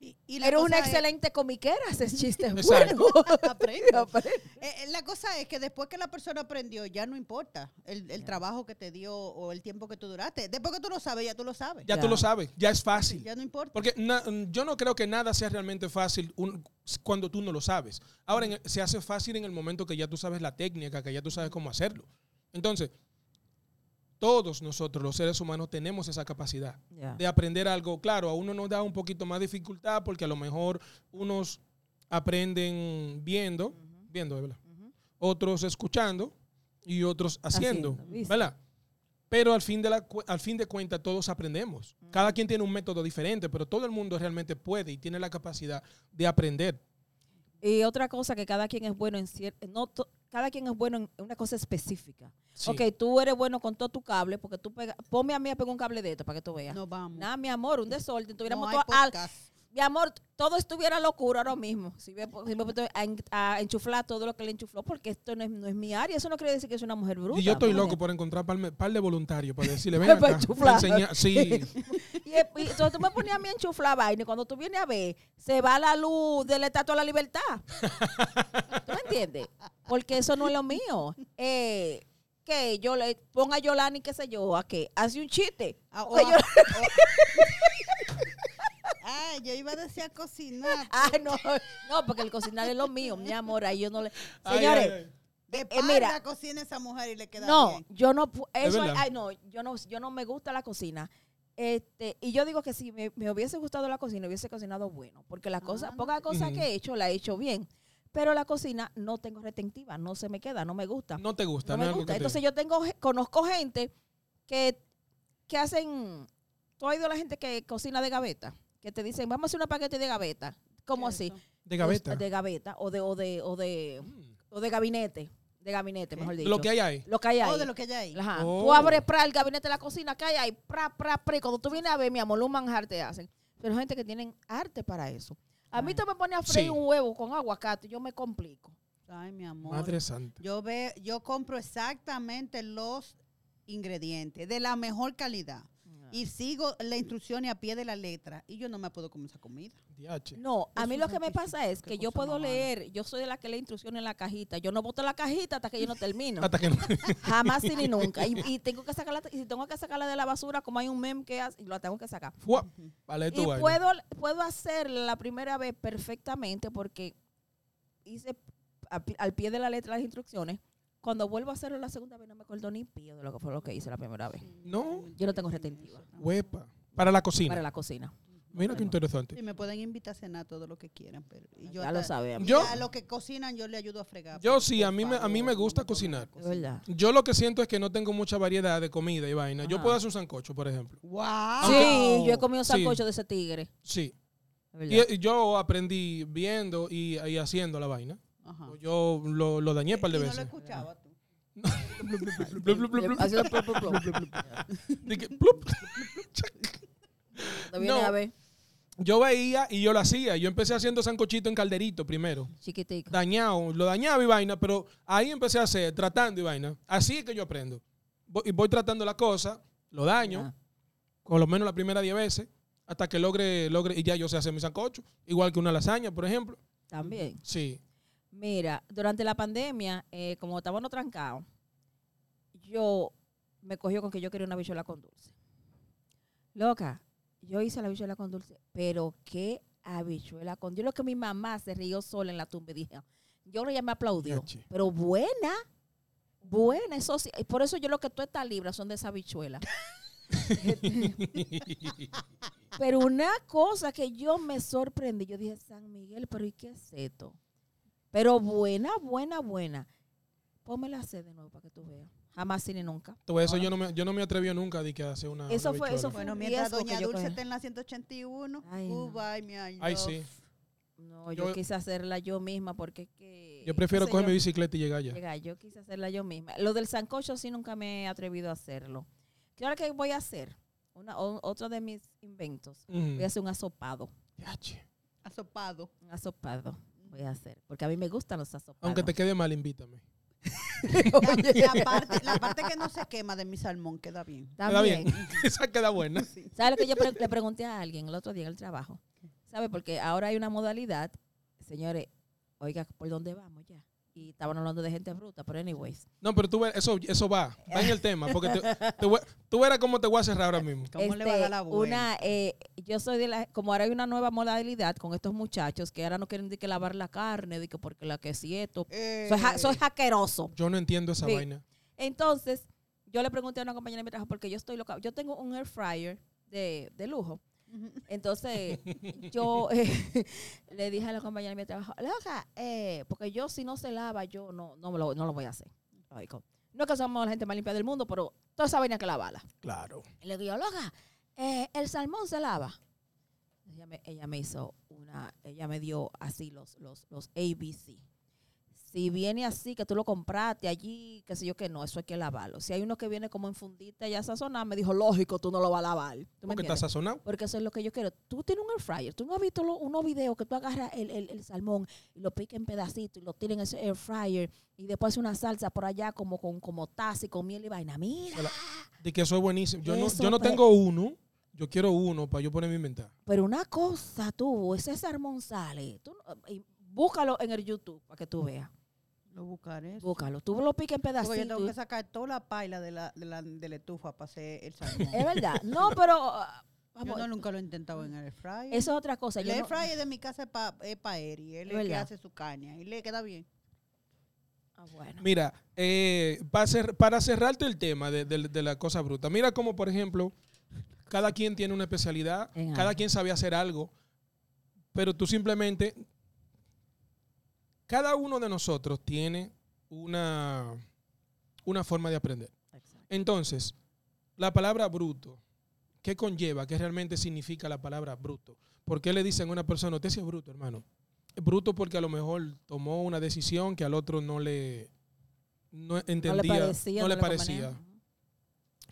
[SPEAKER 3] Y, y la
[SPEAKER 1] Eres una
[SPEAKER 3] cosa es-
[SPEAKER 1] excelente comiquera, haces chistes
[SPEAKER 2] Exacto.
[SPEAKER 1] buenos.
[SPEAKER 3] [LAUGHS] aprendo. Eh, eh, la cosa es que después que la persona aprendió, ya no importa el, el
[SPEAKER 1] Ya.
[SPEAKER 3] trabajo que te dio o el tiempo que tú duraste. Después que tú lo sabes, ya tú lo sabes.
[SPEAKER 2] ya, tú
[SPEAKER 1] Ya.
[SPEAKER 2] lo sabes, ya es fácil.
[SPEAKER 3] Ya no importa.
[SPEAKER 2] Porque na- mm, yo no creo que nada sea realmente fácil un- cuando tú no lo sabes. Ahora en el- se hace fácil en el momento que ya tú sabes la técnica, que ya tú sabes cómo hacerlo. Entonces, todos nosotros los seres humanos tenemos esa capacidad
[SPEAKER 1] [LAUGHS] Ya.
[SPEAKER 2] de aprender algo. Claro, a uno nos da un poquito más dificultad porque a lo mejor unos aprenden viendo,
[SPEAKER 1] Ujú,
[SPEAKER 2] viendo, ¿verdad?
[SPEAKER 1] ujú.
[SPEAKER 2] Otros escuchando y otros haciendo,
[SPEAKER 1] Haciendo, ¿viste?
[SPEAKER 2] ¿verdad? Pero al fin de, la cu- al fin de cuentas todos aprendemos. Cada quien tiene un método diferente, pero todo el mundo realmente puede y tiene la capacidad de aprender.
[SPEAKER 1] Y otra cosa que cada quien es bueno en cierto, no to- cada quien es bueno en una cosa específica.
[SPEAKER 2] Sí.
[SPEAKER 1] Ok, tú eres bueno con todo tu cable, porque tú pega, ponme a mí a pegar un cable de esto para que tú veas.
[SPEAKER 3] No vamos.
[SPEAKER 1] Nada, mi amor, un desorden. Tuviéramos
[SPEAKER 3] no hay
[SPEAKER 1] todo al-
[SPEAKER 3] podcast.
[SPEAKER 1] mi amor, todo estuviera locura ahora mismo. Si me, si me pongo a, en- a enchuflar todo lo que le enchufló, porque esto no es, no es mi área. Eso no quiere decir que es una mujer bruta.
[SPEAKER 2] Y yo estoy
[SPEAKER 1] por
[SPEAKER 2] loco
[SPEAKER 1] ejemplo.
[SPEAKER 2] por encontrar par, par de voluntarios para
[SPEAKER 1] [LAUGHS]
[SPEAKER 2] decirle, ven
[SPEAKER 1] Para
[SPEAKER 2] acá,
[SPEAKER 1] enchuflar.
[SPEAKER 2] para
[SPEAKER 1] [LAUGHS]
[SPEAKER 2] enseñar. Sí,
[SPEAKER 1] Y, es- y entonces tú me ponías a mí a enchuflar vaina y cuando tú vienes a ver, se va la luz de la Estatua de la Libertad. ¿Tú me entiendes? Porque eso no es lo mío. Eh, que yo le ponga a Yolani, qué sé yo, a que hace un chiste.
[SPEAKER 3] Ah, o
[SPEAKER 1] Porque
[SPEAKER 3] a-
[SPEAKER 1] yo-
[SPEAKER 3] o- Ay, yo iba a decir a cocinar.
[SPEAKER 1] Ah, no, no, porque el cocinar es lo mío, mi amor. Ahí yo no le.
[SPEAKER 2] Ay,
[SPEAKER 1] Señores,
[SPEAKER 2] ay, ay.
[SPEAKER 3] De
[SPEAKER 1] eh, mira.
[SPEAKER 3] parda cocina esa mujer y le queda
[SPEAKER 1] no,
[SPEAKER 3] bien.
[SPEAKER 1] yo no pu-
[SPEAKER 2] Es
[SPEAKER 1] eso,
[SPEAKER 2] verdad.
[SPEAKER 1] ay, no, yo no, yo no me gusta la cocina. Este, y yo digo que si me, me hubiese gustado la cocina, hubiese cocinado bueno, porque las cosas,
[SPEAKER 3] Ah, no.
[SPEAKER 1] pocas cosas
[SPEAKER 2] Ujú.
[SPEAKER 1] que he hecho, la he hecho bien. Pero la cocina no tengo retentiva, no se me queda, no me gusta. No,
[SPEAKER 2] no te gusta. No
[SPEAKER 1] me
[SPEAKER 2] es algo
[SPEAKER 1] gusta.
[SPEAKER 2] que te-
[SPEAKER 1] Entonces yo tengo, ge- conozco gente que, que hacen, tú has oído la gente que cocina de gaveta, que te dicen, vamos a hacer una paquete de gaveta. ¿Cómo así? Pues,
[SPEAKER 3] Eso.
[SPEAKER 2] de gaveta.
[SPEAKER 1] De gaveta, o de, o de, o de,
[SPEAKER 2] Mm.
[SPEAKER 1] o de gabinete. De gabinete,
[SPEAKER 3] Ok.
[SPEAKER 1] mejor dicho.
[SPEAKER 2] Lo que hay ahí.
[SPEAKER 1] Lo que hay ahí.
[SPEAKER 3] O de lo que ya hay.
[SPEAKER 1] Ajá.
[SPEAKER 2] Oh.
[SPEAKER 1] Tú abres pra, el gabinete de la cocina, que hay ahí, pra, pra, pra. Y cuando tú vienes a ver, mi amor, un manjar te hacen. Pero hay gente que tienen arte para eso. A mí
[SPEAKER 3] Ay.
[SPEAKER 1] tú me pones a freír
[SPEAKER 2] Sí.
[SPEAKER 1] un huevo con aguacate, yo me complico.
[SPEAKER 3] Ay, mi amor.
[SPEAKER 2] Madre santa.
[SPEAKER 3] Yo ve, yo compro exactamente los ingredientes de la mejor calidad y
[SPEAKER 2] Ah.
[SPEAKER 3] sigo las instrucciones a pie de la letra y yo no me puedo comer esa comida.
[SPEAKER 2] DH.
[SPEAKER 1] No, a
[SPEAKER 3] Eso
[SPEAKER 1] mí
[SPEAKER 3] es
[SPEAKER 1] lo que me
[SPEAKER 3] santísimo.
[SPEAKER 1] pasa es
[SPEAKER 3] Qué
[SPEAKER 1] que yo
[SPEAKER 3] cosa
[SPEAKER 1] puedo
[SPEAKER 3] más mala.
[SPEAKER 1] leer, yo soy de la que lee instrucciones en la cajita. Yo no boto la cajita hasta que yo no termino.
[SPEAKER 2] Hasta que no.
[SPEAKER 1] [LAUGHS] Jamás y ni nunca. Y, y tengo que sacarla, y si tengo que sacarla de la basura, como hay un meme que hace, la tengo que sacar.
[SPEAKER 2] Fua. Vale,
[SPEAKER 1] Y
[SPEAKER 2] tú vale.
[SPEAKER 1] puedo, puedo hacerla la primera vez perfectamente porque hice a pi- al pie de la letra las instrucciones. Cuando vuelvo a hacerlo la segunda vez no me acuerdo ni pío de lo que fue lo que hice la primera vez.
[SPEAKER 2] No,
[SPEAKER 1] Mm, Yo no tengo retentiva
[SPEAKER 2] huepa. Para la cocina.
[SPEAKER 1] para la cocina.
[SPEAKER 2] Mira qué interesante.
[SPEAKER 3] Y me pueden invitar a cenar todo lo que quieran, pero y yo
[SPEAKER 1] ya lo
[SPEAKER 3] hasta-
[SPEAKER 1] sabe. amiga.
[SPEAKER 2] Yo-
[SPEAKER 3] a los que cocinan yo le ayudo a fregar.
[SPEAKER 2] Yo
[SPEAKER 3] pero
[SPEAKER 2] sí,
[SPEAKER 3] por
[SPEAKER 2] a mí me- a mí me
[SPEAKER 3] favor,
[SPEAKER 2] gusta
[SPEAKER 3] no me pongan a
[SPEAKER 2] cocinar.
[SPEAKER 1] Es verdad.
[SPEAKER 2] Yo lo que siento es que no tengo mucha variedad de comida y vaina. Yo
[SPEAKER 1] Ajá.
[SPEAKER 2] puedo hacer un sancocho, por ejemplo.
[SPEAKER 3] Wow.
[SPEAKER 1] Ah, Oh, Sí, yo he comido
[SPEAKER 2] Sí.
[SPEAKER 1] sancocho de ese tigre.
[SPEAKER 2] Sí.
[SPEAKER 1] Es verdad.
[SPEAKER 2] Y, y yo aprendí viendo y, y haciendo la vaina.
[SPEAKER 1] Ah.
[SPEAKER 3] Ajá.
[SPEAKER 2] Yo lo, lo dañé un par de
[SPEAKER 3] Y no lo
[SPEAKER 2] veces.
[SPEAKER 3] escuchaba tú.
[SPEAKER 2] Blup, blup, blup,
[SPEAKER 1] [LAUGHS]
[SPEAKER 2] blup.
[SPEAKER 1] Así de plu, plu, plu.
[SPEAKER 2] Dije, plup.
[SPEAKER 1] Te viene
[SPEAKER 2] No.
[SPEAKER 1] a ver,
[SPEAKER 2] Yo veía y yo lo hacía. Yo empecé haciendo sancochito en calderito primero.
[SPEAKER 1] chiquitico.
[SPEAKER 2] Dañado, lo dañaba y vaina, pero ahí empecé a hacer, tratando y vaina. Así es que yo aprendo. Voy, y voy tratando la cosa, lo daño,
[SPEAKER 1] Ah.
[SPEAKER 2] con lo menos la primera 10 veces, hasta que logre, logre, y ya yo sé hacer mi sancocho. Igual que una lasaña, por ejemplo.
[SPEAKER 1] También.
[SPEAKER 2] Sí. [LAUGHS]
[SPEAKER 1] Mira, durante la pandemia, eh, como estábamos trancados, yo me cogió con que yo quería una bichuela con dulce. Loca, yo hice la bichuela con dulce, pero qué habichuela con dulce. Yo lo que mi mamá se rió sola en la tumba y dije, "Ah, yo no ya me aplaudió,
[SPEAKER 2] Yache.
[SPEAKER 1] pero buena, buena, eso sí. y Por eso yo lo que tú estás libras son de esa bichuela. Pero una cosa que yo me sorprendí, yo dije, San Miguel, pero ¿y qué es esto? Pero buena, buena, buena. Ponme la sed de nuevo para que tú veas. Jamás y ni nunca.
[SPEAKER 2] Todo eso yo no me, yo no me atreví nunca de que hacer una.
[SPEAKER 1] Eso
[SPEAKER 2] una
[SPEAKER 1] fue- eso
[SPEAKER 2] habichuela.
[SPEAKER 1] fue-
[SPEAKER 3] Bueno,
[SPEAKER 1] un
[SPEAKER 3] mientras
[SPEAKER 1] riesgo que
[SPEAKER 3] Doña
[SPEAKER 1] yo
[SPEAKER 3] Dulce
[SPEAKER 1] cogí.
[SPEAKER 3] está en la 181,
[SPEAKER 1] Ay, no.
[SPEAKER 3] Cuba, ay, mi
[SPEAKER 2] Ay,
[SPEAKER 3] Dios.
[SPEAKER 2] sí.
[SPEAKER 1] No, yo,
[SPEAKER 2] Yo-
[SPEAKER 1] quise hacerla yo misma porque es que...
[SPEAKER 2] Yo prefiero
[SPEAKER 1] qué sé
[SPEAKER 2] coger mi
[SPEAKER 1] yo.
[SPEAKER 2] bicicleta y llegar allá.
[SPEAKER 1] Llega, yo quise hacerla yo misma. Lo del sancocho sí nunca me he atrevido a hacerlo. Claro que voy a hacer una, o- otro de mis inventos.
[SPEAKER 2] Ujú.
[SPEAKER 1] Voy a hacer un asopado.
[SPEAKER 2] Yache.
[SPEAKER 1] [LAUGHS]
[SPEAKER 3] Asopado.
[SPEAKER 1] Un asopado voy a hacer. Porque a mí me gustan los asopados.
[SPEAKER 2] Aunque
[SPEAKER 1] [LAUGHS]
[SPEAKER 2] te quede mal, invítame. [LAUGHS]
[SPEAKER 3] La, la parte, la parte que no se quema de mi salmón queda bien.
[SPEAKER 2] Queda
[SPEAKER 1] También.
[SPEAKER 2] bien. Esa queda buena.
[SPEAKER 1] ¿Sabes lo que yo pre- le pregunté a alguien el otro día en el trabajo? ¿Sabe? Porque ahora hay una modalidad, señores, oiga, ¿por dónde vamos ya? Y estaban hablando de gente bruta, pero anyways.
[SPEAKER 2] No, pero tú ves, eso, eso va. Va en el tema. Porque te, te voy- tú verás cómo te voy a cerrar ahora mismo.
[SPEAKER 3] ¿Cómo le va a dar
[SPEAKER 1] Este,
[SPEAKER 3] la vuelta?
[SPEAKER 1] una, eh, yo soy de la, como ahora hay una nueva modalidad con estos muchachos que ahora no quieren de que lavar la carne, de que porque la que si esto.
[SPEAKER 3] Eh,
[SPEAKER 1] Soy, ja- soy jaqueroso.
[SPEAKER 2] Yo no entiendo esa
[SPEAKER 1] Sí.
[SPEAKER 2] vaina.
[SPEAKER 1] Entonces, yo le pregunté a una compañera de mi trabajo, porque yo estoy loca, yo tengo un air fryer de, de lujo.
[SPEAKER 3] Ujú.
[SPEAKER 1] Entonces,
[SPEAKER 2] [LAUGHS]
[SPEAKER 1] yo eh, [LAUGHS] le dije a la compañera de mi trabajo, loca, eh, porque yo si no se lava, yo no, no, me lo, no lo voy a hacer. Lógico. No es que somos la gente más limpia del mundo, pero toda esa vaina que la bala.
[SPEAKER 2] Claro.
[SPEAKER 1] Y le digo, loca, eh, el salmón se lava. Ella me, ella me hizo una, ella me dio así los, los, los ABC. Si viene así, que tú lo compraste allí, qué sé yo, que no, eso hay que lavarlo. Si hay uno que viene como en fundita ya sazonada, me dijo, lógico, tú no lo vas a lavar. ¿Tú me
[SPEAKER 2] Porque está
[SPEAKER 1] entiendes?
[SPEAKER 2] sazonado.
[SPEAKER 1] Porque eso es lo que yo quiero. Tú tienes un air fryer. Tú no has visto lo- unos videos que tú agarras el, el- el salmón y lo picas en pedacitos y lo tiras en ese air fryer y después haces una salsa por allá como con como taza y con miel y vaina. Mira.
[SPEAKER 2] De que eso es buenísimo. Yo no,
[SPEAKER 1] Eso,
[SPEAKER 2] yo no
[SPEAKER 1] pero-
[SPEAKER 2] tengo uno. Yo quiero uno para yo ponerme a inventar.
[SPEAKER 1] Pero una cosa tú, ese salmón sale. Tú, no- y búscalo en el YouTube para que tú veas.
[SPEAKER 3] Lo buscaré.
[SPEAKER 1] Búscalo. Tú lo picas en
[SPEAKER 3] Porque yo tengo que
[SPEAKER 1] pedacitos.
[SPEAKER 3] sacar toda la paila de la, de la, de la estufa para hacer
[SPEAKER 1] [LAUGHS]
[SPEAKER 3] el salmón.
[SPEAKER 1] Es verdad. No,
[SPEAKER 3] [LAUGHS]
[SPEAKER 1] pero... ah,
[SPEAKER 3] yo
[SPEAKER 1] vamos,
[SPEAKER 3] no, nunca lo he intentado en el fryer.
[SPEAKER 1] eso es otra cosa.
[SPEAKER 3] el
[SPEAKER 1] yo
[SPEAKER 3] air
[SPEAKER 1] no-
[SPEAKER 3] fryer de mi casa es para pa Eri. Él
[SPEAKER 1] Es
[SPEAKER 3] es el que
[SPEAKER 1] verdad.
[SPEAKER 3] hace su caña. Y le queda bien.
[SPEAKER 1] Ah, bueno.
[SPEAKER 2] Mira, eh, pa cer- para cerrarte el tema de, de- de la cosa bruta, mira como, por ejemplo, cada quien tiene una especialidad,
[SPEAKER 1] En
[SPEAKER 2] cada
[SPEAKER 1] algo.
[SPEAKER 2] quien sabe hacer algo, pero tú simplemente, cada uno de nosotros tiene una, una forma de aprender.
[SPEAKER 1] Exacto.
[SPEAKER 2] Entonces, la palabra bruto, ¿qué conlleva? ¿Qué realmente significa la palabra bruto? ¿Por qué le dicen a una persona, usted sí es bruto, hermano? Es bruto porque a lo mejor tomó una decisión que al otro no le no entendía,
[SPEAKER 1] no le parecía.
[SPEAKER 2] no le
[SPEAKER 1] convenía.
[SPEAKER 2] parecía.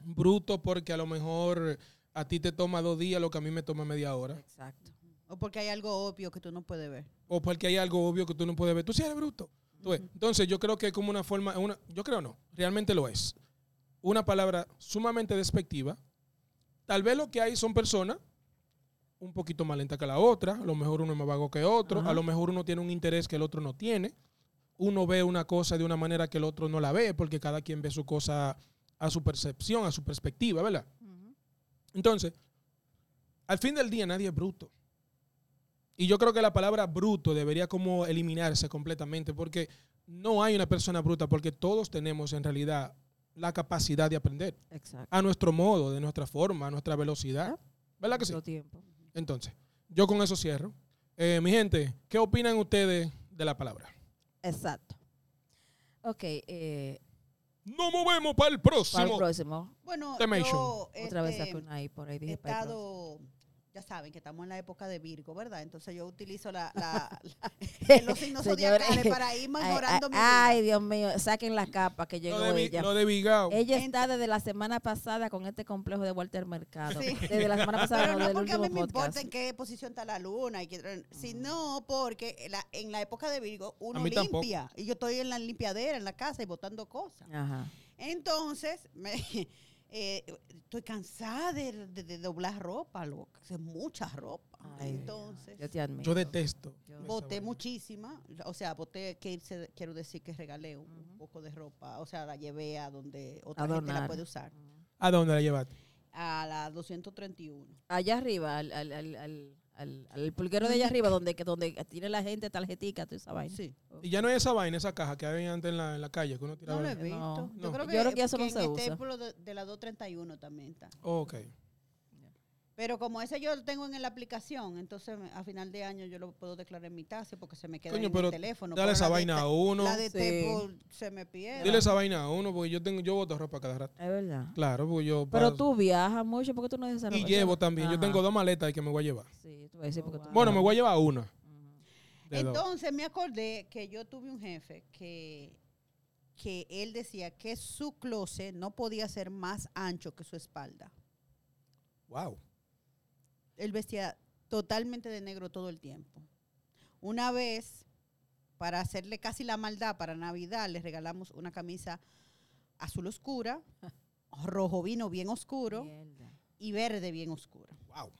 [SPEAKER 2] Bruto porque a lo mejor a ti te toma dos días lo que a mí me toma media hora.
[SPEAKER 1] Exacto.
[SPEAKER 3] O porque hay algo obvio que tú no puedes ver.
[SPEAKER 2] O porque hay algo obvio que tú no puedes ver. Tú sí eres bruto. Tú ves. Entonces yo creo que es como una forma, una, yo creo no, realmente lo es. Una palabra sumamente despectiva. Tal vez lo que hay son personas un poquito más lenta que la otra, a lo mejor uno es más vago que otro,
[SPEAKER 1] Ajá.
[SPEAKER 2] a lo mejor uno tiene un interés que el otro no tiene, uno ve una cosa de una manera que el otro no la ve, porque cada quien ve su cosa a su percepción, a su perspectiva, ¿verdad?
[SPEAKER 1] Ujú.
[SPEAKER 2] Entonces, al fin del día nadie es bruto. Y yo creo que la palabra bruto debería como eliminarse completamente porque no hay una persona bruta porque todos tenemos en realidad la capacidad de aprender
[SPEAKER 1] Exacto.
[SPEAKER 2] a nuestro modo, de nuestra forma, a nuestra velocidad. ¿Verdad que sí?
[SPEAKER 1] Otro tiempo.
[SPEAKER 2] Entonces, yo con eso cierro. Eh, mi gente, ¿qué opinan ustedes de la palabra?
[SPEAKER 1] Exacto. Ok, eh,
[SPEAKER 2] Nos movemos para el próximo.
[SPEAKER 1] para el próximo.
[SPEAKER 3] Bueno,
[SPEAKER 2] Temation.
[SPEAKER 3] yo,
[SPEAKER 1] Otra vez
[SPEAKER 3] este,
[SPEAKER 1] saco una ahí por ahí.
[SPEAKER 3] he
[SPEAKER 1] Dije, para el próximo.
[SPEAKER 3] estado... Ya saben que estamos en la época de Virgo, ¿verdad? Entonces yo utilizo la,
[SPEAKER 1] [LAUGHS]
[SPEAKER 3] la- la- los
[SPEAKER 1] Señores,
[SPEAKER 3] signos zodiacales para ir
[SPEAKER 1] eh, Ay,
[SPEAKER 3] mejorando
[SPEAKER 1] ay,
[SPEAKER 3] mi vida.
[SPEAKER 1] ay, Dios mío, saquen la capa que llegó
[SPEAKER 2] lo, de, Vi-
[SPEAKER 1] ella.
[SPEAKER 2] lo de Vigao.
[SPEAKER 1] Ella
[SPEAKER 3] Ent-
[SPEAKER 1] está desde la semana pasada con este complejo de Walter Mercado.
[SPEAKER 3] Sí.
[SPEAKER 1] Desde la semana pasada,
[SPEAKER 3] Pero
[SPEAKER 1] no,
[SPEAKER 3] no
[SPEAKER 1] del
[SPEAKER 3] porque a mí me
[SPEAKER 1] último
[SPEAKER 3] importa
[SPEAKER 1] podcast.
[SPEAKER 3] en qué posición está la luna, y que- sino porque la- en la época de Virgo uno
[SPEAKER 2] A mí
[SPEAKER 3] limpia.
[SPEAKER 2] tampoco.
[SPEAKER 3] Y yo estoy en la limpiadera, en la casa y botando cosas.
[SPEAKER 1] Ajá.
[SPEAKER 3] Entonces, me, [LAUGHS] eh, estoy cansada de, de- de doblar ropa, loca. Es mucha ropa.
[SPEAKER 1] Ay,
[SPEAKER 3] Entonces,
[SPEAKER 1] yo te admiro.
[SPEAKER 2] Yo detesto.
[SPEAKER 1] Yo-
[SPEAKER 2] esa
[SPEAKER 3] boté
[SPEAKER 2] vaina.
[SPEAKER 3] muchísima. O sea, boté, que se- quiero decir que regalé un,
[SPEAKER 1] Ujú.
[SPEAKER 3] poco de ropa. O sea, la llevé a donde otra
[SPEAKER 1] A
[SPEAKER 3] gente
[SPEAKER 1] donar.
[SPEAKER 3] la puede usar.
[SPEAKER 2] ¿A dónde la llevaste?
[SPEAKER 3] A la 231.
[SPEAKER 1] Allá arriba, al, al, al, al, al- al pulguero de allá arriba, donde, que- donde tiene la gente tarjetica, toda esa vaina.
[SPEAKER 3] Sí.
[SPEAKER 2] Y ya no hay esa vaina, esa caja que había antes en la, en la calle que uno
[SPEAKER 3] No
[SPEAKER 2] tiraba.
[SPEAKER 3] lo he
[SPEAKER 1] No,
[SPEAKER 3] visto.
[SPEAKER 2] no.
[SPEAKER 3] Yo creo que,
[SPEAKER 1] Yo creo que eso
[SPEAKER 3] que
[SPEAKER 1] no
[SPEAKER 3] en
[SPEAKER 1] se
[SPEAKER 3] el
[SPEAKER 1] usa.
[SPEAKER 3] templo de, de la 231 también está.
[SPEAKER 2] Ok.
[SPEAKER 3] Pero como ese yo lo tengo en la aplicación, entonces me- a final de año yo lo puedo declarar en mi tasa porque se me queda
[SPEAKER 2] Coño,
[SPEAKER 3] en
[SPEAKER 2] pero
[SPEAKER 3] el teléfono.
[SPEAKER 2] Dale
[SPEAKER 3] Pero
[SPEAKER 2] esa
[SPEAKER 3] la de
[SPEAKER 2] vaina a
[SPEAKER 3] te-
[SPEAKER 2] uno.
[SPEAKER 3] La de
[SPEAKER 1] Sí.
[SPEAKER 3] Tepo se me pierde.
[SPEAKER 2] Dile esa vaina a uno, porque yo tengo, yo boto ropa cada rato.
[SPEAKER 1] Es verdad.
[SPEAKER 2] Claro, porque yo
[SPEAKER 1] Pero
[SPEAKER 2] paso.
[SPEAKER 1] tú viajas mucho, porque tú no dices
[SPEAKER 2] y llevo también. Yo
[SPEAKER 1] Ajá.
[SPEAKER 2] tengo dos maletas que me voy a llevar.
[SPEAKER 1] Sí, tú vas a decir porque tú
[SPEAKER 2] Bueno, me
[SPEAKER 1] viajas.
[SPEAKER 2] voy a llevar una.
[SPEAKER 1] Ujú.
[SPEAKER 2] de dos.
[SPEAKER 3] Entonces me acordé que yo tuve un jefe que, que él decía que su closet no podía ser más ancho que su espalda.
[SPEAKER 2] Wow.
[SPEAKER 3] él vestía totalmente de negro todo el tiempo. Una vez, para hacerle casi la maldad para Navidad, le regalamos una camisa azul oscura, rojo vino bien oscuro
[SPEAKER 1] Mierda.
[SPEAKER 3] y verde bien oscuro.
[SPEAKER 2] Wow.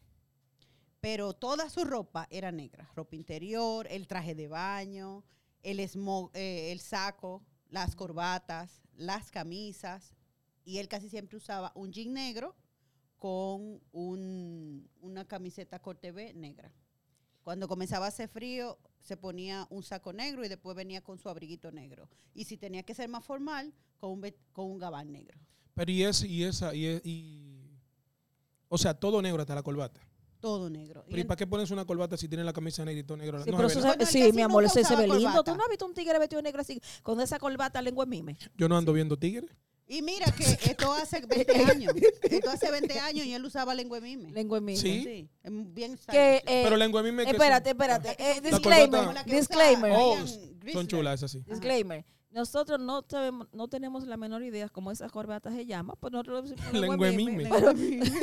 [SPEAKER 3] Pero toda su ropa era negra, ropa interior, el traje de baño, el, smo- eh, el saco, las corbatas, las camisas, y él casi siempre usaba un jean negro con un- una camiseta corte B negra. Cuando comenzaba a hacer frío, se ponía un saco negro y después venía con su abriguito negro. Y si tenía que ser más formal, con un, ve- con un gabán negro.
[SPEAKER 2] e, Pero y es, y esa, y, es- y- O sea, todo negro hasta la corbata.
[SPEAKER 3] Todo negro. Y
[SPEAKER 2] Pero ¿y para qué pones una corbata si tienes la camisa negra y todo negro?
[SPEAKER 1] Sí,
[SPEAKER 2] No,
[SPEAKER 1] pero
[SPEAKER 2] es
[SPEAKER 1] eso
[SPEAKER 2] verdad.
[SPEAKER 1] se-
[SPEAKER 3] Bueno, él
[SPEAKER 1] sí
[SPEAKER 3] casi
[SPEAKER 1] mi amor,
[SPEAKER 3] nunca
[SPEAKER 1] eso se ve
[SPEAKER 3] usaba
[SPEAKER 1] lindo.
[SPEAKER 3] corbata.
[SPEAKER 1] ¿Tú no has visto un tigre vestido de negro así, con esa corbata lengua en mime?
[SPEAKER 2] Yo no ando viendo tigres.
[SPEAKER 1] Eh,
[SPEAKER 3] Y mira que esto hace
[SPEAKER 1] [LAUGHS]
[SPEAKER 3] 20 años. Esto hace 20 años y él usaba [LAUGHS] lengua de mime.
[SPEAKER 1] Lengua en mime.
[SPEAKER 2] Sí.
[SPEAKER 3] es Bien
[SPEAKER 1] Que,
[SPEAKER 3] stylish.
[SPEAKER 1] eh,
[SPEAKER 2] Pero lengua a mí me que
[SPEAKER 1] espérate,
[SPEAKER 2] son-
[SPEAKER 1] espérate. Eh,
[SPEAKER 2] La
[SPEAKER 1] disclaimer,
[SPEAKER 2] corbata-
[SPEAKER 3] la que usa
[SPEAKER 1] disclaimer,
[SPEAKER 2] Oh,
[SPEAKER 3] Ryan
[SPEAKER 2] son
[SPEAKER 3] Grisler.
[SPEAKER 2] chulas
[SPEAKER 3] [LAUGHS]
[SPEAKER 2] esas [LAUGHS] sí.
[SPEAKER 1] disclaimer. Nosotros no sabemos, no tenemos la menor idea cómo esas corbatas se llaman, pues nosotros le decimos
[SPEAKER 2] Lengua en mime.
[SPEAKER 1] Pero-
[SPEAKER 2] [LAUGHS]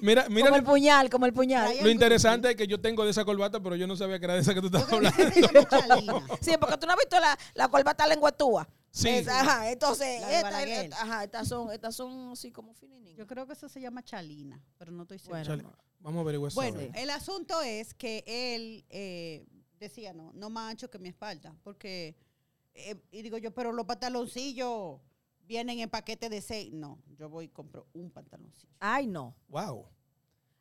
[SPEAKER 2] Mira, mira
[SPEAKER 1] como el
[SPEAKER 2] lo-
[SPEAKER 1] puñal, como el puñal.
[SPEAKER 3] Ryan
[SPEAKER 2] lo interesante es que yo tengo de esa corbata, pero yo no sabía que era de esa que tú
[SPEAKER 1] [LAUGHS]
[SPEAKER 3] Yo
[SPEAKER 2] estabas
[SPEAKER 3] creo
[SPEAKER 2] hablando.
[SPEAKER 3] que esa se llama
[SPEAKER 2] [LAUGHS]
[SPEAKER 3] Chalina.
[SPEAKER 1] Sí, porque tú no has visto la, la corbata lengua túa.
[SPEAKER 2] Sí.
[SPEAKER 1] Esa, ajá, entonces,
[SPEAKER 3] La de
[SPEAKER 1] esta-
[SPEAKER 3] Balaguer.
[SPEAKER 1] esta- ajá, estas son, estas son así como
[SPEAKER 3] Yo
[SPEAKER 1] fininingas.
[SPEAKER 3] creo que eso se llama Chalina, pero no estoy segura.
[SPEAKER 1] Bueno.
[SPEAKER 2] Chale, vamos a averiguar eso.
[SPEAKER 3] Bueno,
[SPEAKER 2] ahora.
[SPEAKER 3] el asunto es que él eh, decía, no, no más ancho que mi espalda, porque, eh, y digo yo, pero los pantaloncillos vienen en paquete de seis. No, yo voy y compro un pantaloncillo.
[SPEAKER 1] Ay, no.
[SPEAKER 2] Wow.
[SPEAKER 3] O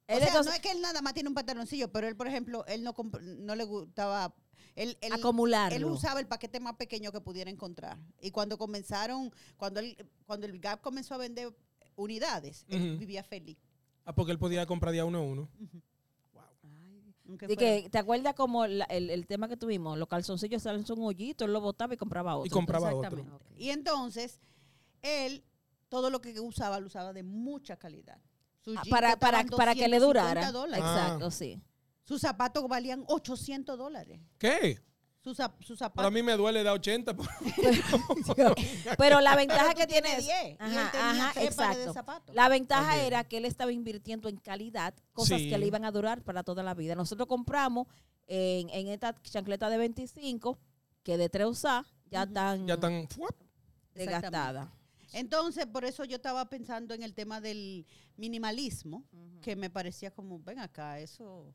[SPEAKER 1] Él
[SPEAKER 3] sea,
[SPEAKER 1] entonces-
[SPEAKER 3] no es que él nada más tiene un pantaloncillo, pero él, por ejemplo, él no, comp- no le gustaba... Él, él,
[SPEAKER 1] acumularlo.
[SPEAKER 3] él usaba el paquete más pequeño que pudiera encontrar. Y cuando comenzaron, cuando el, cuando el Gap comenzó a vender unidades, él
[SPEAKER 2] Ujú.
[SPEAKER 3] vivía feliz.
[SPEAKER 2] Ah, porque él podía comprar día uno a uno.
[SPEAKER 1] Ay,
[SPEAKER 3] aunque
[SPEAKER 1] de
[SPEAKER 3] fuera-
[SPEAKER 1] que, ¿Te acuerdas como la- el, el tema que tuvimos? Los calzoncillos salen son hoyitos, él lo botaba y compraba otro. Ah,
[SPEAKER 2] compraba otro.
[SPEAKER 1] Exactamente.
[SPEAKER 3] Y entonces, él, todo lo que usaba, lo usaba de mucha calidad. Sus
[SPEAKER 1] Ah,
[SPEAKER 3] jeans
[SPEAKER 1] para, para,
[SPEAKER 3] costaban
[SPEAKER 1] para que le
[SPEAKER 3] 250
[SPEAKER 1] durara.
[SPEAKER 3] dólares.
[SPEAKER 1] Exacto,
[SPEAKER 2] Ah. [LAUGHS]
[SPEAKER 1] sí. [LAUGHS]
[SPEAKER 3] Sus zapatos valían 800 dólares.
[SPEAKER 2] ¿Qué?
[SPEAKER 3] Sus, zap- sus
[SPEAKER 2] Para
[SPEAKER 3] zapatos.
[SPEAKER 2] mí me duele pues, da 80. por-
[SPEAKER 1] Pero la ventaja
[SPEAKER 3] tú
[SPEAKER 1] que tiene
[SPEAKER 3] tienes
[SPEAKER 1] es-
[SPEAKER 3] 10, y él
[SPEAKER 1] Ajá,
[SPEAKER 3] tenía
[SPEAKER 1] ajá,
[SPEAKER 3] tres pares de
[SPEAKER 1] exacto.
[SPEAKER 3] zapatos.
[SPEAKER 1] La ventaja
[SPEAKER 2] También.
[SPEAKER 1] era que él estaba invirtiendo en calidad, cosas
[SPEAKER 2] Sí.
[SPEAKER 1] que le iban a durar para toda la vida. Nosotros compramos en, en esta chancleta de 25, que de 3 usadas ya están
[SPEAKER 2] Ya tan. ¡fuap!
[SPEAKER 1] desgastadas.
[SPEAKER 3] Entonces, por eso yo estaba pensando en el tema del minimalismo, que me parecía como, ven acá, eso,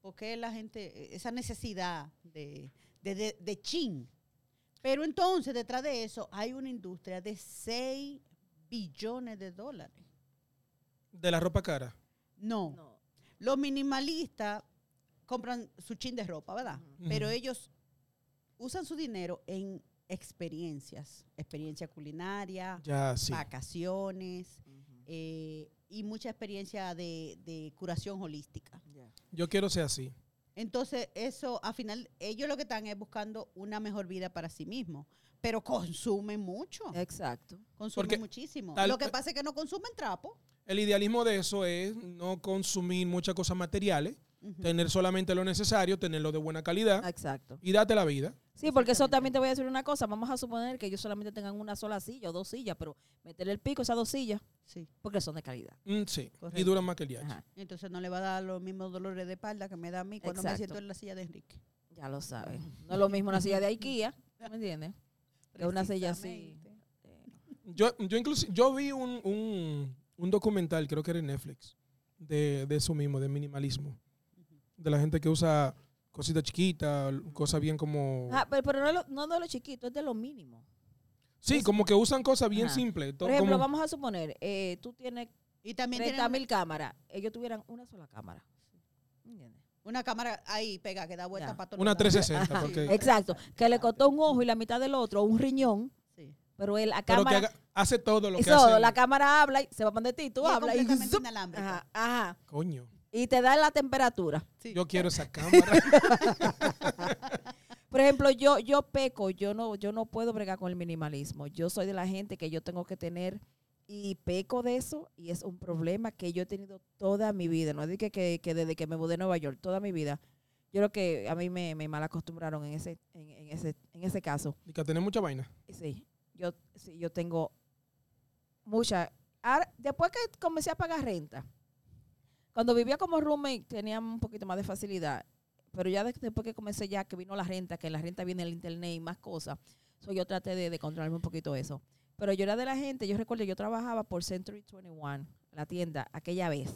[SPEAKER 3] porque la gente, e, esa necesidad de, de, de, de chin? Pero entonces, detrás de eso, hay una industria de 6 billones de dólares.
[SPEAKER 2] De la ropa cara.
[SPEAKER 3] No,
[SPEAKER 1] No.
[SPEAKER 3] los minimalistas compran su chin de ropa, ¿verdad?
[SPEAKER 2] Ujú.
[SPEAKER 3] Pero ellos usan su dinero en experiencias, experiencia culinaria,
[SPEAKER 2] Ya sí.
[SPEAKER 3] vacaciones, eh, y mucha experiencia de, de curación holística.
[SPEAKER 2] Yo quiero ser así.
[SPEAKER 3] Entonces, eso, al final, ellos lo que están es buscando una mejor vida para sí mismos, pero consumen mucho,
[SPEAKER 1] Eh, Exacto.
[SPEAKER 3] consumen
[SPEAKER 2] porque
[SPEAKER 3] muchísimo.
[SPEAKER 2] tal-
[SPEAKER 3] Lo que pasa es que no consumen trapo.
[SPEAKER 2] El idealismo de eso es no consumir muchas cosas materiales,
[SPEAKER 3] Ujú.
[SPEAKER 2] tener solamente lo necesario, tenerlo de buena calidad
[SPEAKER 1] Exacto.
[SPEAKER 2] y date la vida.
[SPEAKER 1] Sí, porque eso también te voy a decir una cosa. Vamos a suponer que ellos solamente tengan una sola silla o dos sillas, pero meterle el pico a esas dos sillas
[SPEAKER 3] Sí.
[SPEAKER 1] porque son de calidad.
[SPEAKER 2] Mm, sí.
[SPEAKER 3] Correcto.
[SPEAKER 2] Y dura más que el día.
[SPEAKER 1] Ajá,
[SPEAKER 3] Entonces no le va a dar los mismos dolores de espalda que me da a mí cuando me
[SPEAKER 1] Exacto.
[SPEAKER 3] siento en la silla de Enrique.
[SPEAKER 1] ya lo sabes. No es lo mismo una silla de IKEA, ¿tú ¿me entiendes? Que una silla así.
[SPEAKER 3] Precisamente.
[SPEAKER 2] Yo, yo inclusi- yo vi un, un- un documental, creo que era en Netflix, de, de eso mismo, de minimalismo. De la gente que usa cositas chiquitas, cosas bien como...
[SPEAKER 1] Ah, pero, pero no, es lo- no es de lo chiquito, es de lo mínimo.
[SPEAKER 2] sí, como que usan cosas bien
[SPEAKER 1] Pues, Ajá.
[SPEAKER 2] simples. to-
[SPEAKER 1] Por ejemplo,
[SPEAKER 2] como-
[SPEAKER 1] vamos a suponer, eh, tú tienes
[SPEAKER 3] Y también
[SPEAKER 1] 30
[SPEAKER 3] tienen
[SPEAKER 1] mil cámaras, ellos tuvieran una sola cámara. ¿Entiendes?
[SPEAKER 3] una cámara ahí pega que da vuelta
[SPEAKER 1] Ya.
[SPEAKER 3] para todos
[SPEAKER 2] una
[SPEAKER 3] lados.
[SPEAKER 2] 360,
[SPEAKER 3] Ajá.
[SPEAKER 2] porque-
[SPEAKER 1] Exacto, que le costó un ojo y la mitad del otro, un riñón,
[SPEAKER 3] Sí.
[SPEAKER 1] pero él, la
[SPEAKER 2] pero que
[SPEAKER 1] cámara,
[SPEAKER 2] haga- hace todo lo que
[SPEAKER 1] eso,
[SPEAKER 2] hace...
[SPEAKER 1] la cámara habla y se va para donde ti,
[SPEAKER 3] Y
[SPEAKER 1] tú
[SPEAKER 3] es
[SPEAKER 1] hablas y
[SPEAKER 3] completamente
[SPEAKER 1] zup.
[SPEAKER 3] inalámbrico.
[SPEAKER 1] ajá, ajá,
[SPEAKER 2] Coño,
[SPEAKER 1] y te da la temperatura.
[SPEAKER 3] Sí.
[SPEAKER 2] yo quiero
[SPEAKER 1] [LAUGHS]
[SPEAKER 2] esa cámara.
[SPEAKER 1] Por ejemplo, yo yo peco, yo no yo no puedo bregar con el minimalismo. Yo soy de la gente que yo tengo que tener y peco de eso y es un problema que yo he tenido toda mi vida. No es de que, que, que desde que me mudé a Nueva York, toda mi vida. Yo creo que a mí me, me mal acostumbraron en ese, en, en ese, en ese caso.
[SPEAKER 2] y que tiene mucha vaina.
[SPEAKER 1] Sí, yo, sí, yo tengo mucha. Ahora, después que comencé a pagar renta, cuando vivía como roommate tenía un poquito más de facilidad, pero ya de- después que comencé ya que vino la renta, que en la renta viene el internet y más cosas, so yo traté de, de controlarme un poquito eso. Pero yo era de la gente, yo recuerdo, yo trabajaba por Century 21, la tienda, aquella vez.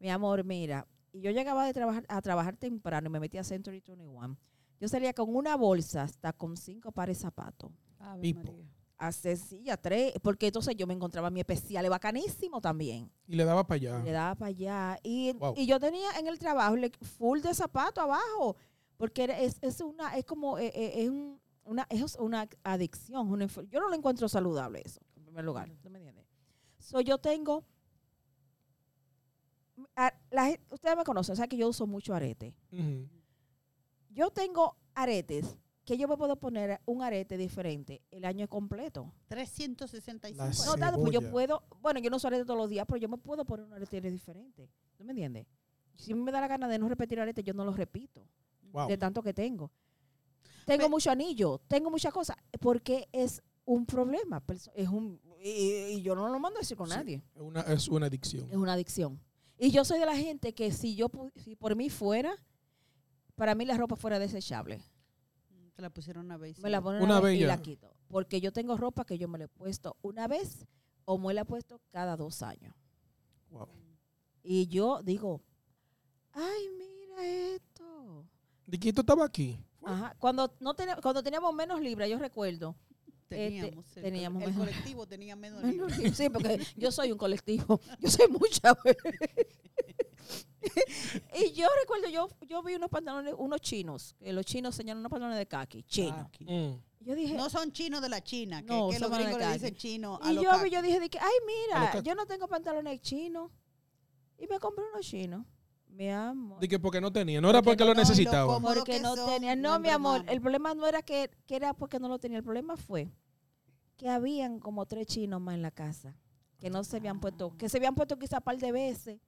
[SPEAKER 1] Mi amor, mira, y yo llegaba de trabajar, a trabajar temprano y me metía a Century 21. Yo salía con una bolsa hasta con cinco pares de zapatos
[SPEAKER 3] Ave
[SPEAKER 2] Pipo.
[SPEAKER 3] María.
[SPEAKER 1] a Sencilla, tres, porque entonces yo me encontraba mi especial, y bacanísimo también.
[SPEAKER 2] Y le daba para allá.
[SPEAKER 1] Le daba para allá. Y,
[SPEAKER 2] Wow.
[SPEAKER 1] y yo tenía en el trabajo le- full de zapato abajo, porque era- es, es una, es como, eh, eh, es un- una, es una adicción. una enfer- yo no lo encuentro saludable eso, en primer lugar. ¿tú me entiendes? So, yo tengo a- la gen- ustedes me conocen, saben que yo uso mucho arete. Yo tengo aretes que yo me puedo poner un arete diferente el año completo.
[SPEAKER 3] 365.
[SPEAKER 2] Las-
[SPEAKER 1] No tanto, pues yo
[SPEAKER 2] Cebolla.
[SPEAKER 1] puedo, bueno, yo no uso arete todos los días, pero yo me puedo poner un arete diferente. ¿No me entiendes? Si me da la gana de no repetir arete, yo no los repito.
[SPEAKER 2] Wow.
[SPEAKER 1] de tanto que tengo. Tengo
[SPEAKER 3] Pe-
[SPEAKER 1] mucho anillo, tengo muchas cosas, porque es un problema. perso- Es un, y, y yo no lo mando a decir con
[SPEAKER 2] Sí.
[SPEAKER 1] nadie.
[SPEAKER 2] Una, es una adicción.
[SPEAKER 1] Es una adicción. Y yo soy de la gente que si yo pu- si por mí fuera, para mí la ropa fuera desechable.
[SPEAKER 3] Te la pusieron una vez.
[SPEAKER 1] Me la ponen
[SPEAKER 2] Una
[SPEAKER 1] una
[SPEAKER 2] vez
[SPEAKER 1] vez y
[SPEAKER 2] ya.
[SPEAKER 1] la quito. Porque yo tengo ropa que yo me la he puesto una vez o me la he puesto cada dos años.
[SPEAKER 2] Wow.
[SPEAKER 1] Y yo digo, ay, mira esto.
[SPEAKER 2] Diquito estaba aquí.
[SPEAKER 1] Ajá. Cuando, no tenía- cuando teníamos menos libras, yo [LAUGHS] recuerdo,
[SPEAKER 3] Teníamos. el,
[SPEAKER 1] este, teníamos
[SPEAKER 3] el
[SPEAKER 1] mejor.
[SPEAKER 3] colectivo tenía menos
[SPEAKER 1] Bueno,
[SPEAKER 3] libras.
[SPEAKER 1] [LAUGHS] sí, sí, porque yo soy un colectivo, yo soy mucha. [LAUGHS] y yo recuerdo, yo, yo vi unos pantalones, unos chinos, que los chinos enseñaron unos pantalones de kaki,
[SPEAKER 3] Ah,
[SPEAKER 1] chinos.
[SPEAKER 3] aquí.
[SPEAKER 2] Mm.
[SPEAKER 1] Yo dije,
[SPEAKER 3] No son chinos de la China, que,
[SPEAKER 1] No,
[SPEAKER 3] que los
[SPEAKER 1] son de
[SPEAKER 3] gringos le
[SPEAKER 1] calle.
[SPEAKER 3] dicen chino a
[SPEAKER 1] y
[SPEAKER 3] los
[SPEAKER 1] yo, vi,
[SPEAKER 3] cacos.
[SPEAKER 1] yo dije, de que, ay,
[SPEAKER 2] A los
[SPEAKER 1] mira,
[SPEAKER 2] cacos.
[SPEAKER 1] yo no tengo pantalones chinos. Y me compré unos chinos, mi amor.
[SPEAKER 2] Di que porque no tenía, no era
[SPEAKER 3] Porque
[SPEAKER 2] porque
[SPEAKER 3] no,
[SPEAKER 2] lo
[SPEAKER 3] y lo
[SPEAKER 2] necesitaba.
[SPEAKER 3] como- Cómodo
[SPEAKER 1] Porque
[SPEAKER 3] que
[SPEAKER 1] no
[SPEAKER 3] son,
[SPEAKER 1] tenía,
[SPEAKER 3] no
[SPEAKER 1] no, mi amor,
[SPEAKER 3] embromamos.
[SPEAKER 1] el problema no era que, que era porque no lo tenía, el problema fue que habían como tres chinos más en la casa, que no se habían puesto, que se habían puesto quizá un par de veces,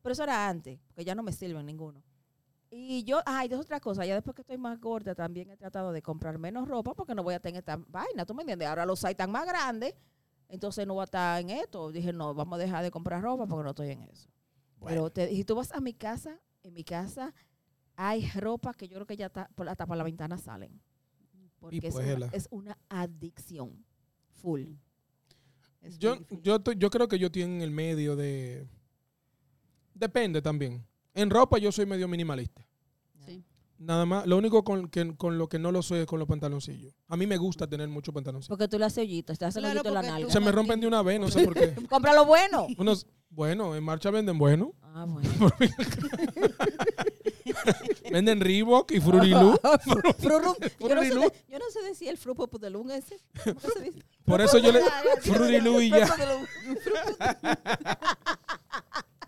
[SPEAKER 1] pero eso era antes, porque ya no me sirven ninguno. Y yo, ay, dos otras cosas, ya después que estoy más gorda también he tratado de comprar menos ropa porque no voy a tener esta vaina, ¿tú me entiendes? Ahora los hay tan más grandes, entonces no voy a estar en esto. Dije, no, vamos a dejar de comprar ropa porque no estoy en eso. Pero te- si tú vas a mi casa, en mi casa hay ropa que yo creo que ya está, por- hasta por la ventana salen. Porque es,
[SPEAKER 2] pues,
[SPEAKER 1] una,
[SPEAKER 2] Ela.
[SPEAKER 1] es una adicción. Full.
[SPEAKER 3] Es
[SPEAKER 2] Yo,
[SPEAKER 3] muy difícil.
[SPEAKER 2] yo, estoy- yo creo que yo estoy en el medio de... Depende también. En ropa yo soy medio minimalista.
[SPEAKER 3] Sí.
[SPEAKER 2] Nada más. Lo único con, que, con lo que no lo soy es con los pantaloncillos. A mí me gusta tener muchos pantaloncillos.
[SPEAKER 1] Porque tú le haces hoyitos, te haces
[SPEAKER 3] Claro,
[SPEAKER 1] hoyito en la
[SPEAKER 3] porque tú-
[SPEAKER 1] nalga.
[SPEAKER 2] Se me rompen de una vez,
[SPEAKER 1] [LAUGHS]
[SPEAKER 2] no sé por qué.
[SPEAKER 1] Compra lo bueno.
[SPEAKER 2] Unos, bueno, en marcha venden bueno.
[SPEAKER 1] [LAUGHS] Ah,
[SPEAKER 2] [LAUGHS]
[SPEAKER 1] bueno.
[SPEAKER 2] Venden Reebok y Frurilú.
[SPEAKER 1] Frurum. Yo no, sé
[SPEAKER 2] Frurilú.
[SPEAKER 1] de, yo no sé decir el frupo pudelunga ese. ¿Cómo que se
[SPEAKER 2] [LAUGHS]
[SPEAKER 1] dice?
[SPEAKER 2] Por eso yo le... Frurilú
[SPEAKER 1] Frurilú
[SPEAKER 2] y ya.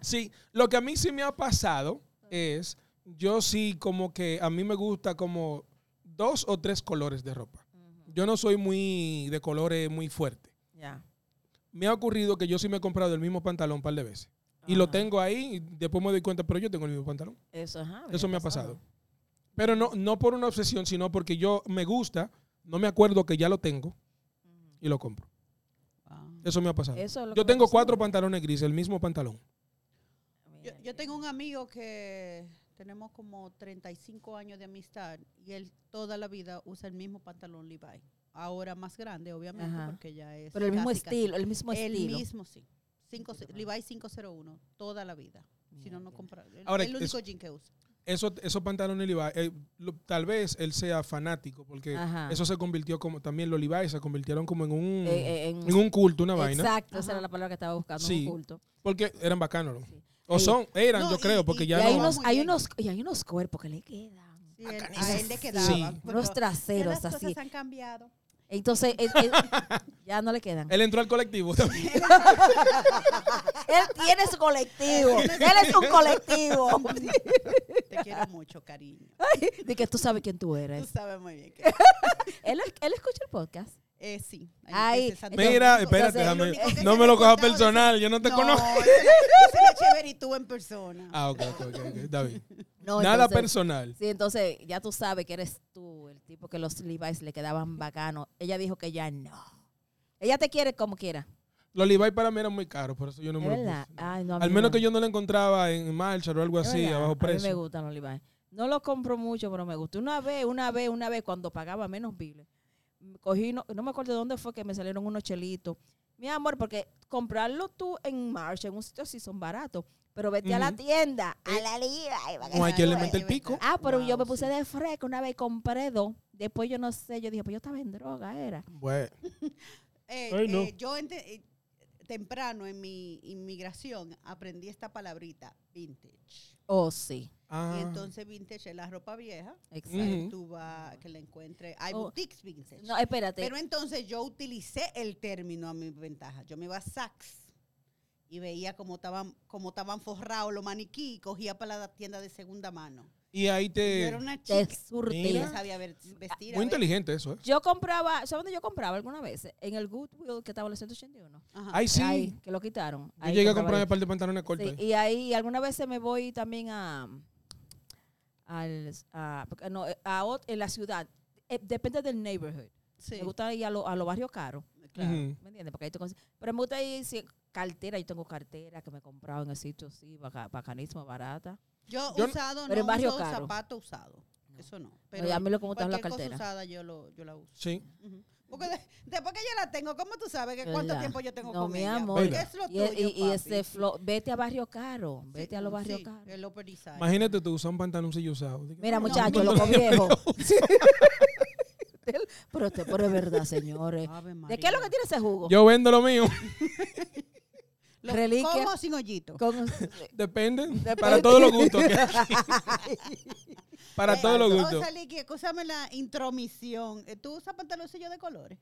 [SPEAKER 2] Sí, lo que a mí sí me ha pasado es, yo sí como que a mí me gusta como dos o tres colores de ropa. Yo no soy muy de colores muy fuerte.
[SPEAKER 1] Ya.
[SPEAKER 2] Me ha ocurrido que yo sí me he comprado el mismo pantalón un par de veces. Y lo
[SPEAKER 1] Ajá.
[SPEAKER 2] tengo ahí y después me doy cuenta, pero yo tengo el mismo pantalón.
[SPEAKER 1] Ah, Eso, ajá,
[SPEAKER 2] Eso me ha pasado. Pero no, no por una obsesión, sino porque yo me gusta, no me acuerdo que ya lo tengo
[SPEAKER 1] Ujú.
[SPEAKER 2] y lo compro.
[SPEAKER 3] Ah.
[SPEAKER 2] Eso me ha pasado.
[SPEAKER 1] Eso es lo que
[SPEAKER 2] yo
[SPEAKER 1] me
[SPEAKER 2] tengo
[SPEAKER 1] pasó.
[SPEAKER 2] cuatro pantalones grises, el mismo pantalón.
[SPEAKER 1] Mira,
[SPEAKER 3] Yo, yo tengo un amigo que tenemos como 35 años de amistad y él toda la vida usa el mismo pantalón Levi. Ahora más grande, obviamente,
[SPEAKER 1] Ajá.
[SPEAKER 3] porque ya es.
[SPEAKER 1] Pero el mismo
[SPEAKER 3] casi, casi-
[SPEAKER 1] estilo, el mismo
[SPEAKER 3] el
[SPEAKER 1] estilo.
[SPEAKER 3] mismo, sí. Cinco,
[SPEAKER 1] Poquito más.
[SPEAKER 3] Levi 501, toda la vida. Si no, no compra. el-
[SPEAKER 2] Ahora,
[SPEAKER 3] el único
[SPEAKER 2] es-
[SPEAKER 3] jean que usa.
[SPEAKER 2] Eso, esos pantalones Levi's, eh, lo- tal vez él sea fanático, porque
[SPEAKER 1] Ajá.
[SPEAKER 2] eso se convirtió como, también los Levi's se convirtieron como en un,
[SPEAKER 1] Eh, eh, en-
[SPEAKER 2] en un culto, una vaina.
[SPEAKER 1] Exacto, esa era la palabra que estaba buscando,
[SPEAKER 2] Sí.
[SPEAKER 1] un culto.
[SPEAKER 2] Porque eran bacanos. ¿no?
[SPEAKER 1] Sí.
[SPEAKER 2] O
[SPEAKER 1] Sí.
[SPEAKER 2] son, eran,
[SPEAKER 3] No,
[SPEAKER 2] yo
[SPEAKER 3] y-
[SPEAKER 2] creo, porque
[SPEAKER 3] y-
[SPEAKER 1] Y
[SPEAKER 2] ya
[SPEAKER 1] hay,
[SPEAKER 2] no.
[SPEAKER 1] unos,
[SPEAKER 3] muy
[SPEAKER 1] hay,
[SPEAKER 3] bien.
[SPEAKER 1] unos, y hay unos cuerpos que le quedan.
[SPEAKER 3] Sí, él- a
[SPEAKER 2] Bacanísimo.
[SPEAKER 3] él le quedaba.
[SPEAKER 2] Sí.
[SPEAKER 3] pero
[SPEAKER 1] Unos
[SPEAKER 3] ya
[SPEAKER 1] traseros
[SPEAKER 3] las cosas
[SPEAKER 1] así.
[SPEAKER 3] han cambiado.
[SPEAKER 1] Entonces, él-
[SPEAKER 3] [LAUGHS]
[SPEAKER 1] él- ya no le quedan.
[SPEAKER 2] Él entró al colectivo también.
[SPEAKER 1] Él tiene su colectivo. él es un colectivo.
[SPEAKER 3] [LAUGHS]
[SPEAKER 1] [LAUGHS]
[SPEAKER 3] Te quiero mucho, cariño.
[SPEAKER 1] De que tú sabes quién tú
[SPEAKER 3] Tú
[SPEAKER 1] eres.
[SPEAKER 3] sabes muy bien que.
[SPEAKER 1] Él, él escucha el podcast.
[SPEAKER 3] Eh, sí.
[SPEAKER 1] Ay,
[SPEAKER 3] empieza el
[SPEAKER 1] entonces-
[SPEAKER 2] [LAUGHS] Mira,
[SPEAKER 3] Santo Domingo.
[SPEAKER 2] espérate,
[SPEAKER 1] el
[SPEAKER 2] déjame-
[SPEAKER 3] único que
[SPEAKER 2] no
[SPEAKER 3] se
[SPEAKER 2] me
[SPEAKER 3] le
[SPEAKER 2] lo cojas
[SPEAKER 3] contaba de-
[SPEAKER 2] personal, yo no te conozco.
[SPEAKER 3] No, esa esa es la chévere y tú en persona.
[SPEAKER 2] Ah, ok, ok, ok, ok, está bien.
[SPEAKER 1] No,
[SPEAKER 2] Nada
[SPEAKER 1] entonces-
[SPEAKER 2] personal.
[SPEAKER 1] Sí, entonces ya tú sabes que eres tú, el tipo que los Levi's le quedaban bacanos. Ella dijo que ya no. Ella te quiere como quiera.
[SPEAKER 2] Los Levi's para mí eran muy caros, por eso yo no
[SPEAKER 1] ¿Es
[SPEAKER 2] me los
[SPEAKER 1] verdad?
[SPEAKER 2] puse.
[SPEAKER 1] Ay, no, a mí
[SPEAKER 2] Al menos
[SPEAKER 1] no.
[SPEAKER 2] que yo no lo encontraba en Marshall o algo
[SPEAKER 1] Es
[SPEAKER 2] así,
[SPEAKER 1] verdad,
[SPEAKER 2] a bajo
[SPEAKER 1] A mí me
[SPEAKER 2] precio.
[SPEAKER 1] gustan los Levi's. No los compro mucho, pero me gusta. Una vez, una vez, una vez, cuando pagaba menos biles, mm, cogí, no, no me acuerdo de dónde fue que me salieron unos chelitos. Mi amor, porque comprarlo tú en Marsh, en un sitio así, son baratos. Pero vete a la
[SPEAKER 2] Ujú.
[SPEAKER 1] tienda, a la Levi's.
[SPEAKER 2] No hay quien le
[SPEAKER 1] Ay,
[SPEAKER 2] mete el pico.
[SPEAKER 1] Ah, pero yo me
[SPEAKER 3] Wow,
[SPEAKER 1] puse
[SPEAKER 3] sí.
[SPEAKER 1] de fresco una vez y compré dos. Después yo no sé, yo dije, pues yo estaba en droga, era.
[SPEAKER 2] Bueno,
[SPEAKER 3] Eh,
[SPEAKER 2] Ay, no.
[SPEAKER 3] eh, yo ente- eh, temprano en mi inmigración aprendí esta palabrita, vintage.
[SPEAKER 1] Oh, sí.
[SPEAKER 2] ah,
[SPEAKER 3] Y entonces vintage es la ropa vieja.
[SPEAKER 1] Exacto.
[SPEAKER 2] Mm.
[SPEAKER 3] que
[SPEAKER 2] Ujú.
[SPEAKER 3] Tú vas, que la encuentres. Hay
[SPEAKER 1] Oh.
[SPEAKER 3] boutiques vintage.
[SPEAKER 1] No, espérate.
[SPEAKER 3] Pero entonces yo utilicé el término a mi ventaja. Yo me iba a Saks y veía cómo estaban, cómo estaban forrados los maniquí y cogía para la tienda de segunda mano.
[SPEAKER 2] Y ahí
[SPEAKER 3] Yo
[SPEAKER 2] te...
[SPEAKER 3] era una
[SPEAKER 1] Te
[SPEAKER 3] chica que
[SPEAKER 2] Mira.
[SPEAKER 1] surtía.
[SPEAKER 3] no sabía ver-
[SPEAKER 2] Muy
[SPEAKER 3] vestir. a ver.
[SPEAKER 2] inteligente eso, ¿eh?
[SPEAKER 1] Yo compraba, ¿sabes dónde yo compraba alguna vez? En el Goodwill que estaba en el 181.
[SPEAKER 3] Ajá.
[SPEAKER 2] Ahí sí.
[SPEAKER 1] Ahí, que lo quitaron.
[SPEAKER 2] Yo
[SPEAKER 1] Ahí
[SPEAKER 2] llegué a
[SPEAKER 1] compraba
[SPEAKER 2] comprarme
[SPEAKER 1] ahí.
[SPEAKER 2] un par de pantalones cortos.
[SPEAKER 1] Sí,
[SPEAKER 2] ahí.
[SPEAKER 1] y ahí algunas veces me voy también a al a, porque no, a ot- en la ciudad. Eh, depende del neighborhood.
[SPEAKER 3] Sí.
[SPEAKER 1] Me gusta ir a, lo- a los barrios caros.
[SPEAKER 3] Claro.
[SPEAKER 2] Ujú.
[SPEAKER 1] ¿Me entiendes? Porque ahí tú consi- Pero me gusta ir si- cartera. Yo tengo cartera que me he comprado en el sitio así, baca- bacanísimo, barata.
[SPEAKER 3] Yo,
[SPEAKER 2] Yo no-
[SPEAKER 3] usado
[SPEAKER 1] Pero en
[SPEAKER 3] no
[SPEAKER 1] barrio
[SPEAKER 3] uso
[SPEAKER 1] caro.
[SPEAKER 3] zapato usado. Eso no. Pero
[SPEAKER 1] a mí lo que me gusta es la
[SPEAKER 3] cualquier cosa
[SPEAKER 1] cartera.
[SPEAKER 3] usada yo, lo, yo la uso.
[SPEAKER 2] Sí.
[SPEAKER 3] Ujú. Porque de- después que yo la tengo, ¿cómo tú sabes que cuánto
[SPEAKER 1] ¿Verdad?
[SPEAKER 3] tiempo yo tengo
[SPEAKER 1] No,
[SPEAKER 3] con
[SPEAKER 1] mi
[SPEAKER 3] ella?
[SPEAKER 1] amor.
[SPEAKER 3] Porque es lo
[SPEAKER 1] Y, e-
[SPEAKER 3] tuyo,
[SPEAKER 1] y- y ese
[SPEAKER 3] papi.
[SPEAKER 1] flow, vete a barrio caro. Vete a los barrios
[SPEAKER 3] sí,
[SPEAKER 1] caros.
[SPEAKER 3] El Upper East Side.
[SPEAKER 2] Imagínate tú usas un pantaloncillo usado.
[SPEAKER 1] Mira,
[SPEAKER 3] No,
[SPEAKER 1] muchachos,
[SPEAKER 3] no,
[SPEAKER 1] loco viejo.
[SPEAKER 3] [LAUGHS]
[SPEAKER 1] [LAUGHS] pero, esto- pero es verdad, señores.
[SPEAKER 3] Ave
[SPEAKER 1] ¿De qué es lo
[SPEAKER 3] Ah, María.
[SPEAKER 1] que tiene ese jugo?
[SPEAKER 2] Yo vendo lo mío. [LAUGHS]
[SPEAKER 3] Lo-
[SPEAKER 1] Reliquia.
[SPEAKER 3] ¿Cómo sin hoyito? [LAUGHS]
[SPEAKER 1] Con-
[SPEAKER 2] Depende. Para todos los gustos. Para todos los
[SPEAKER 3] O
[SPEAKER 2] gustos.
[SPEAKER 3] sea, Liqui, escúchame la intromisión. Eh, ¿Tú usas pantaloncillos de colores?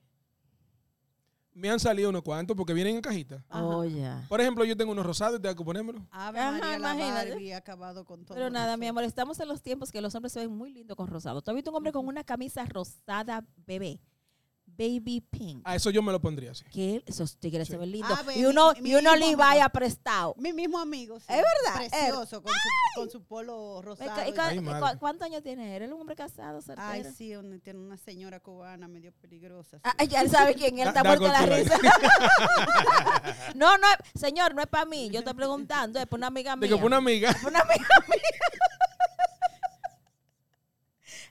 [SPEAKER 2] Me han salido unos cuantos porque vienen en cajita.
[SPEAKER 3] Ajá.
[SPEAKER 1] Oh, ya.
[SPEAKER 2] Por ejemplo, yo tengo unos rosados y tengo que ponérmelo.
[SPEAKER 3] Ave
[SPEAKER 1] Ajá,
[SPEAKER 3] María, la
[SPEAKER 1] imagínate.
[SPEAKER 3] Barbie ha acabado con todo.
[SPEAKER 1] Pero nada, mi
[SPEAKER 3] nosotros.
[SPEAKER 1] amor, estamos en los tiempos que los hombres se ven muy lindos con rosado. ¿Tú has visto un hombre con una camisa rosada bebé? Baby pink.
[SPEAKER 2] A eso yo me lo pondría así.
[SPEAKER 1] Que esos tigres se ven lindos.
[SPEAKER 3] Ah, ve,
[SPEAKER 1] y uno,
[SPEAKER 3] mi- mi
[SPEAKER 1] y uno
[SPEAKER 3] mismo amigo.
[SPEAKER 1] Levi aprestado.
[SPEAKER 3] Mi mismo amigo. sí,
[SPEAKER 1] Es verdad, él.
[SPEAKER 3] Precioso, con su, con su polo
[SPEAKER 1] Ve,
[SPEAKER 3] rosado.
[SPEAKER 1] ca- y
[SPEAKER 3] y-
[SPEAKER 1] ca-
[SPEAKER 2] Ay,
[SPEAKER 1] cu-
[SPEAKER 2] madre.
[SPEAKER 1] ¿Cuántos años tiene él? Él es un hombre casado, soltero.
[SPEAKER 3] Ay, sí, donde tiene una señora cubana medio peligrosa. sí.
[SPEAKER 1] Ah, ya él sabe quién es,
[SPEAKER 2] Da-
[SPEAKER 1] está
[SPEAKER 2] da
[SPEAKER 1] muerto de la
[SPEAKER 2] golpe ahí.
[SPEAKER 1] risa. [LAUGHS] no, no, señor, no es para mí. Yo estoy preguntando, es para una amiga
[SPEAKER 2] De
[SPEAKER 1] mía.
[SPEAKER 2] que fue una amiga.
[SPEAKER 3] [LAUGHS]
[SPEAKER 1] una amiga mía.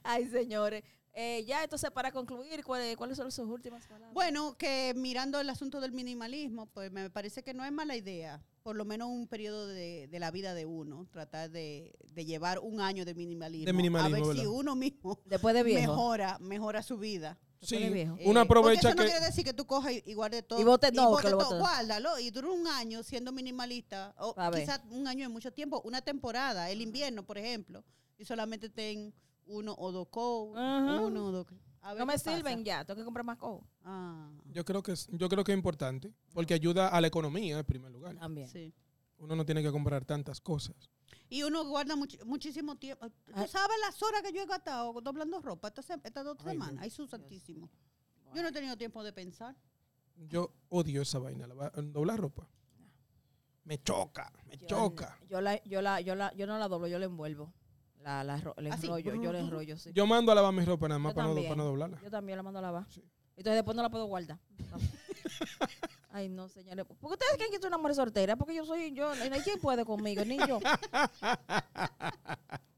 [SPEAKER 1] Ay, señores. Eh, ya, entonces, para concluir, ¿cuáles, cuáles son sus últimas palabras?
[SPEAKER 3] Bueno, que mirando el asunto del minimalismo, pues me parece que no es mala idea, por lo menos un periodo de, de la vida de uno, tratar de, de llevar un año de minimalismo,
[SPEAKER 2] De minimalismo,
[SPEAKER 3] a ver si
[SPEAKER 2] ¿verdad?
[SPEAKER 3] uno mismo
[SPEAKER 1] después de viejo.
[SPEAKER 3] mejora, mejora su vida.
[SPEAKER 2] Sí.
[SPEAKER 1] pone viejo.
[SPEAKER 2] Uno
[SPEAKER 3] Eh, porque
[SPEAKER 2] aprovecha
[SPEAKER 3] eso no
[SPEAKER 2] que.
[SPEAKER 3] quiere decir que tú cojas y, y guardes todo.
[SPEAKER 1] Y botes no, que
[SPEAKER 3] botes
[SPEAKER 1] lo
[SPEAKER 3] todo.
[SPEAKER 1] botes.
[SPEAKER 3] Guárdalo y dura un año siendo minimalista, o
[SPEAKER 1] Pa' ver.
[SPEAKER 3] quizás un año es mucho tiempo, una temporada, el invierno, por ejemplo, y solamente ten uno o dos coats,
[SPEAKER 1] Ajá.
[SPEAKER 3] uno o dos. a ver
[SPEAKER 1] No me
[SPEAKER 3] qué pasa.
[SPEAKER 1] sirven ya, tengo que comprar más cosas.
[SPEAKER 3] Ah,
[SPEAKER 2] Yo creo que es, yo creo que es importante porque ayuda a la economía en primer lugar.
[SPEAKER 1] También.
[SPEAKER 3] sí.
[SPEAKER 2] Uno no tiene que comprar tantas cosas.
[SPEAKER 3] Y uno guarda much- muchísimo tiempo.
[SPEAKER 1] Ay.
[SPEAKER 3] ¿Tú sabes las horas que yo he gastado doblando ropa estas sem- estas dos
[SPEAKER 2] Ay,
[SPEAKER 3] semanas?
[SPEAKER 2] Dios.
[SPEAKER 3] Ay, su santísimo. Yo no he tenido tiempo de pensar.
[SPEAKER 2] Yo odio esa vaina, la va- doblar ropa. Me choca, me
[SPEAKER 1] Yo-
[SPEAKER 2] choca.
[SPEAKER 1] Yo, la, yo, la, yo, la, yo no la doblo, yo la envuelvo. La, la, enro- la
[SPEAKER 3] Así.
[SPEAKER 1] enrollo, yo la enrollo, sí. Yo,
[SPEAKER 2] Yo mando a lavar mi ropa nada más
[SPEAKER 1] Yo
[SPEAKER 2] para no,
[SPEAKER 1] también.
[SPEAKER 2] para no doblarla.
[SPEAKER 1] también la mando a lavar.
[SPEAKER 2] Sí.
[SPEAKER 1] Entonces después no la puedo
[SPEAKER 2] [LAUGHS]
[SPEAKER 1] guardar. Ay, no, señores. ¿Por qué ustedes creen que soy una mujer soltera? Porque yo soy yo. No hay quien puede conmigo, ni
[SPEAKER 2] [LAUGHS]
[SPEAKER 1] yo.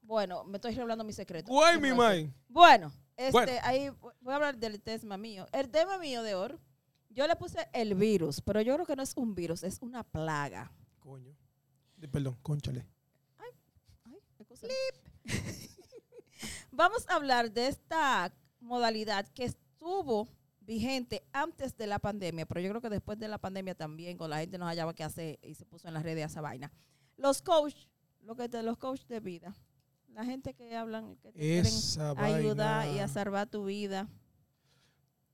[SPEAKER 1] Bueno, me estoy revelando mi secreto.
[SPEAKER 2] Guay,
[SPEAKER 1] Un
[SPEAKER 2] mi
[SPEAKER 1] placer.
[SPEAKER 2] may.
[SPEAKER 1] Bueno, este,
[SPEAKER 2] Bueno.
[SPEAKER 1] ahí voy a hablar del tema mío. El tema mío de hoy, yo le puse el virus, pero yo creo que no es un virus, es una plaga.
[SPEAKER 2] Coño. De- Perdón, conchale.
[SPEAKER 1] Ay, qué cosa. [LAUGHS] Vamos a hablar de esta modalidad que estuvo vigente antes de la pandemia, pero yo creo que después de la pandemia también, con la gente no hallaba qué hacer y se puso en las redes esa vaina. Los coach, lo que te, los coach de vida, la gente que hablan, que te
[SPEAKER 2] Esa
[SPEAKER 1] quieren ayudar
[SPEAKER 2] vaina.
[SPEAKER 1] y a salvar tu vida,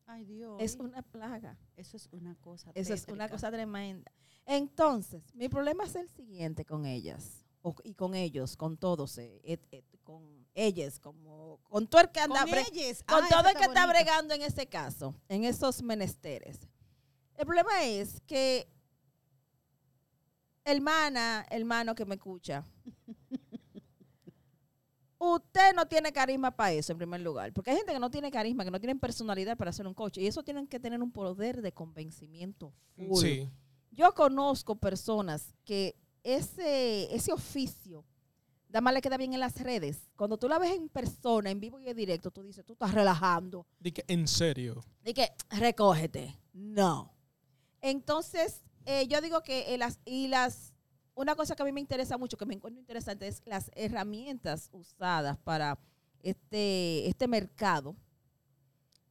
[SPEAKER 3] Ay, Dios.
[SPEAKER 1] es una plaga.
[SPEAKER 3] eso es una cosa.
[SPEAKER 1] Eso es una
[SPEAKER 3] tétrica.
[SPEAKER 1] cosa tremenda. Entonces, mi problema es el siguiente con ellas, o- y con ellos, con todos, eh, et- et- con ellas, como, con todo el que
[SPEAKER 3] Con
[SPEAKER 1] anda bre-
[SPEAKER 3] ellas.
[SPEAKER 1] con
[SPEAKER 3] Ah,
[SPEAKER 1] todo
[SPEAKER 3] eso
[SPEAKER 1] el que está
[SPEAKER 3] bonito.
[SPEAKER 1] bregando en ese caso, en esos menesteres. El problema es que, hermana, hermano que me
[SPEAKER 3] [LAUGHS]
[SPEAKER 1] escucha, usted no tiene carisma para eso, en primer lugar. Porque hay gente que no tiene carisma, que no tienen personalidad para ser un coach. Y eso tienen que tener un poder de convencimiento full.
[SPEAKER 2] Sí.
[SPEAKER 1] Yo conozco personas que ese, ese oficio, nada más le queda bien en las redes. Cuando tú la ves en persona, en vivo y en directo, tú dices, tú estás relajando.
[SPEAKER 2] Di que, en serio.
[SPEAKER 1] De que, recógete. No. Entonces, eh, yo digo que eh, las, y las, una cosa que a mí me interesa mucho, que me encuentro interesante, es las herramientas usadas para este, este mercado.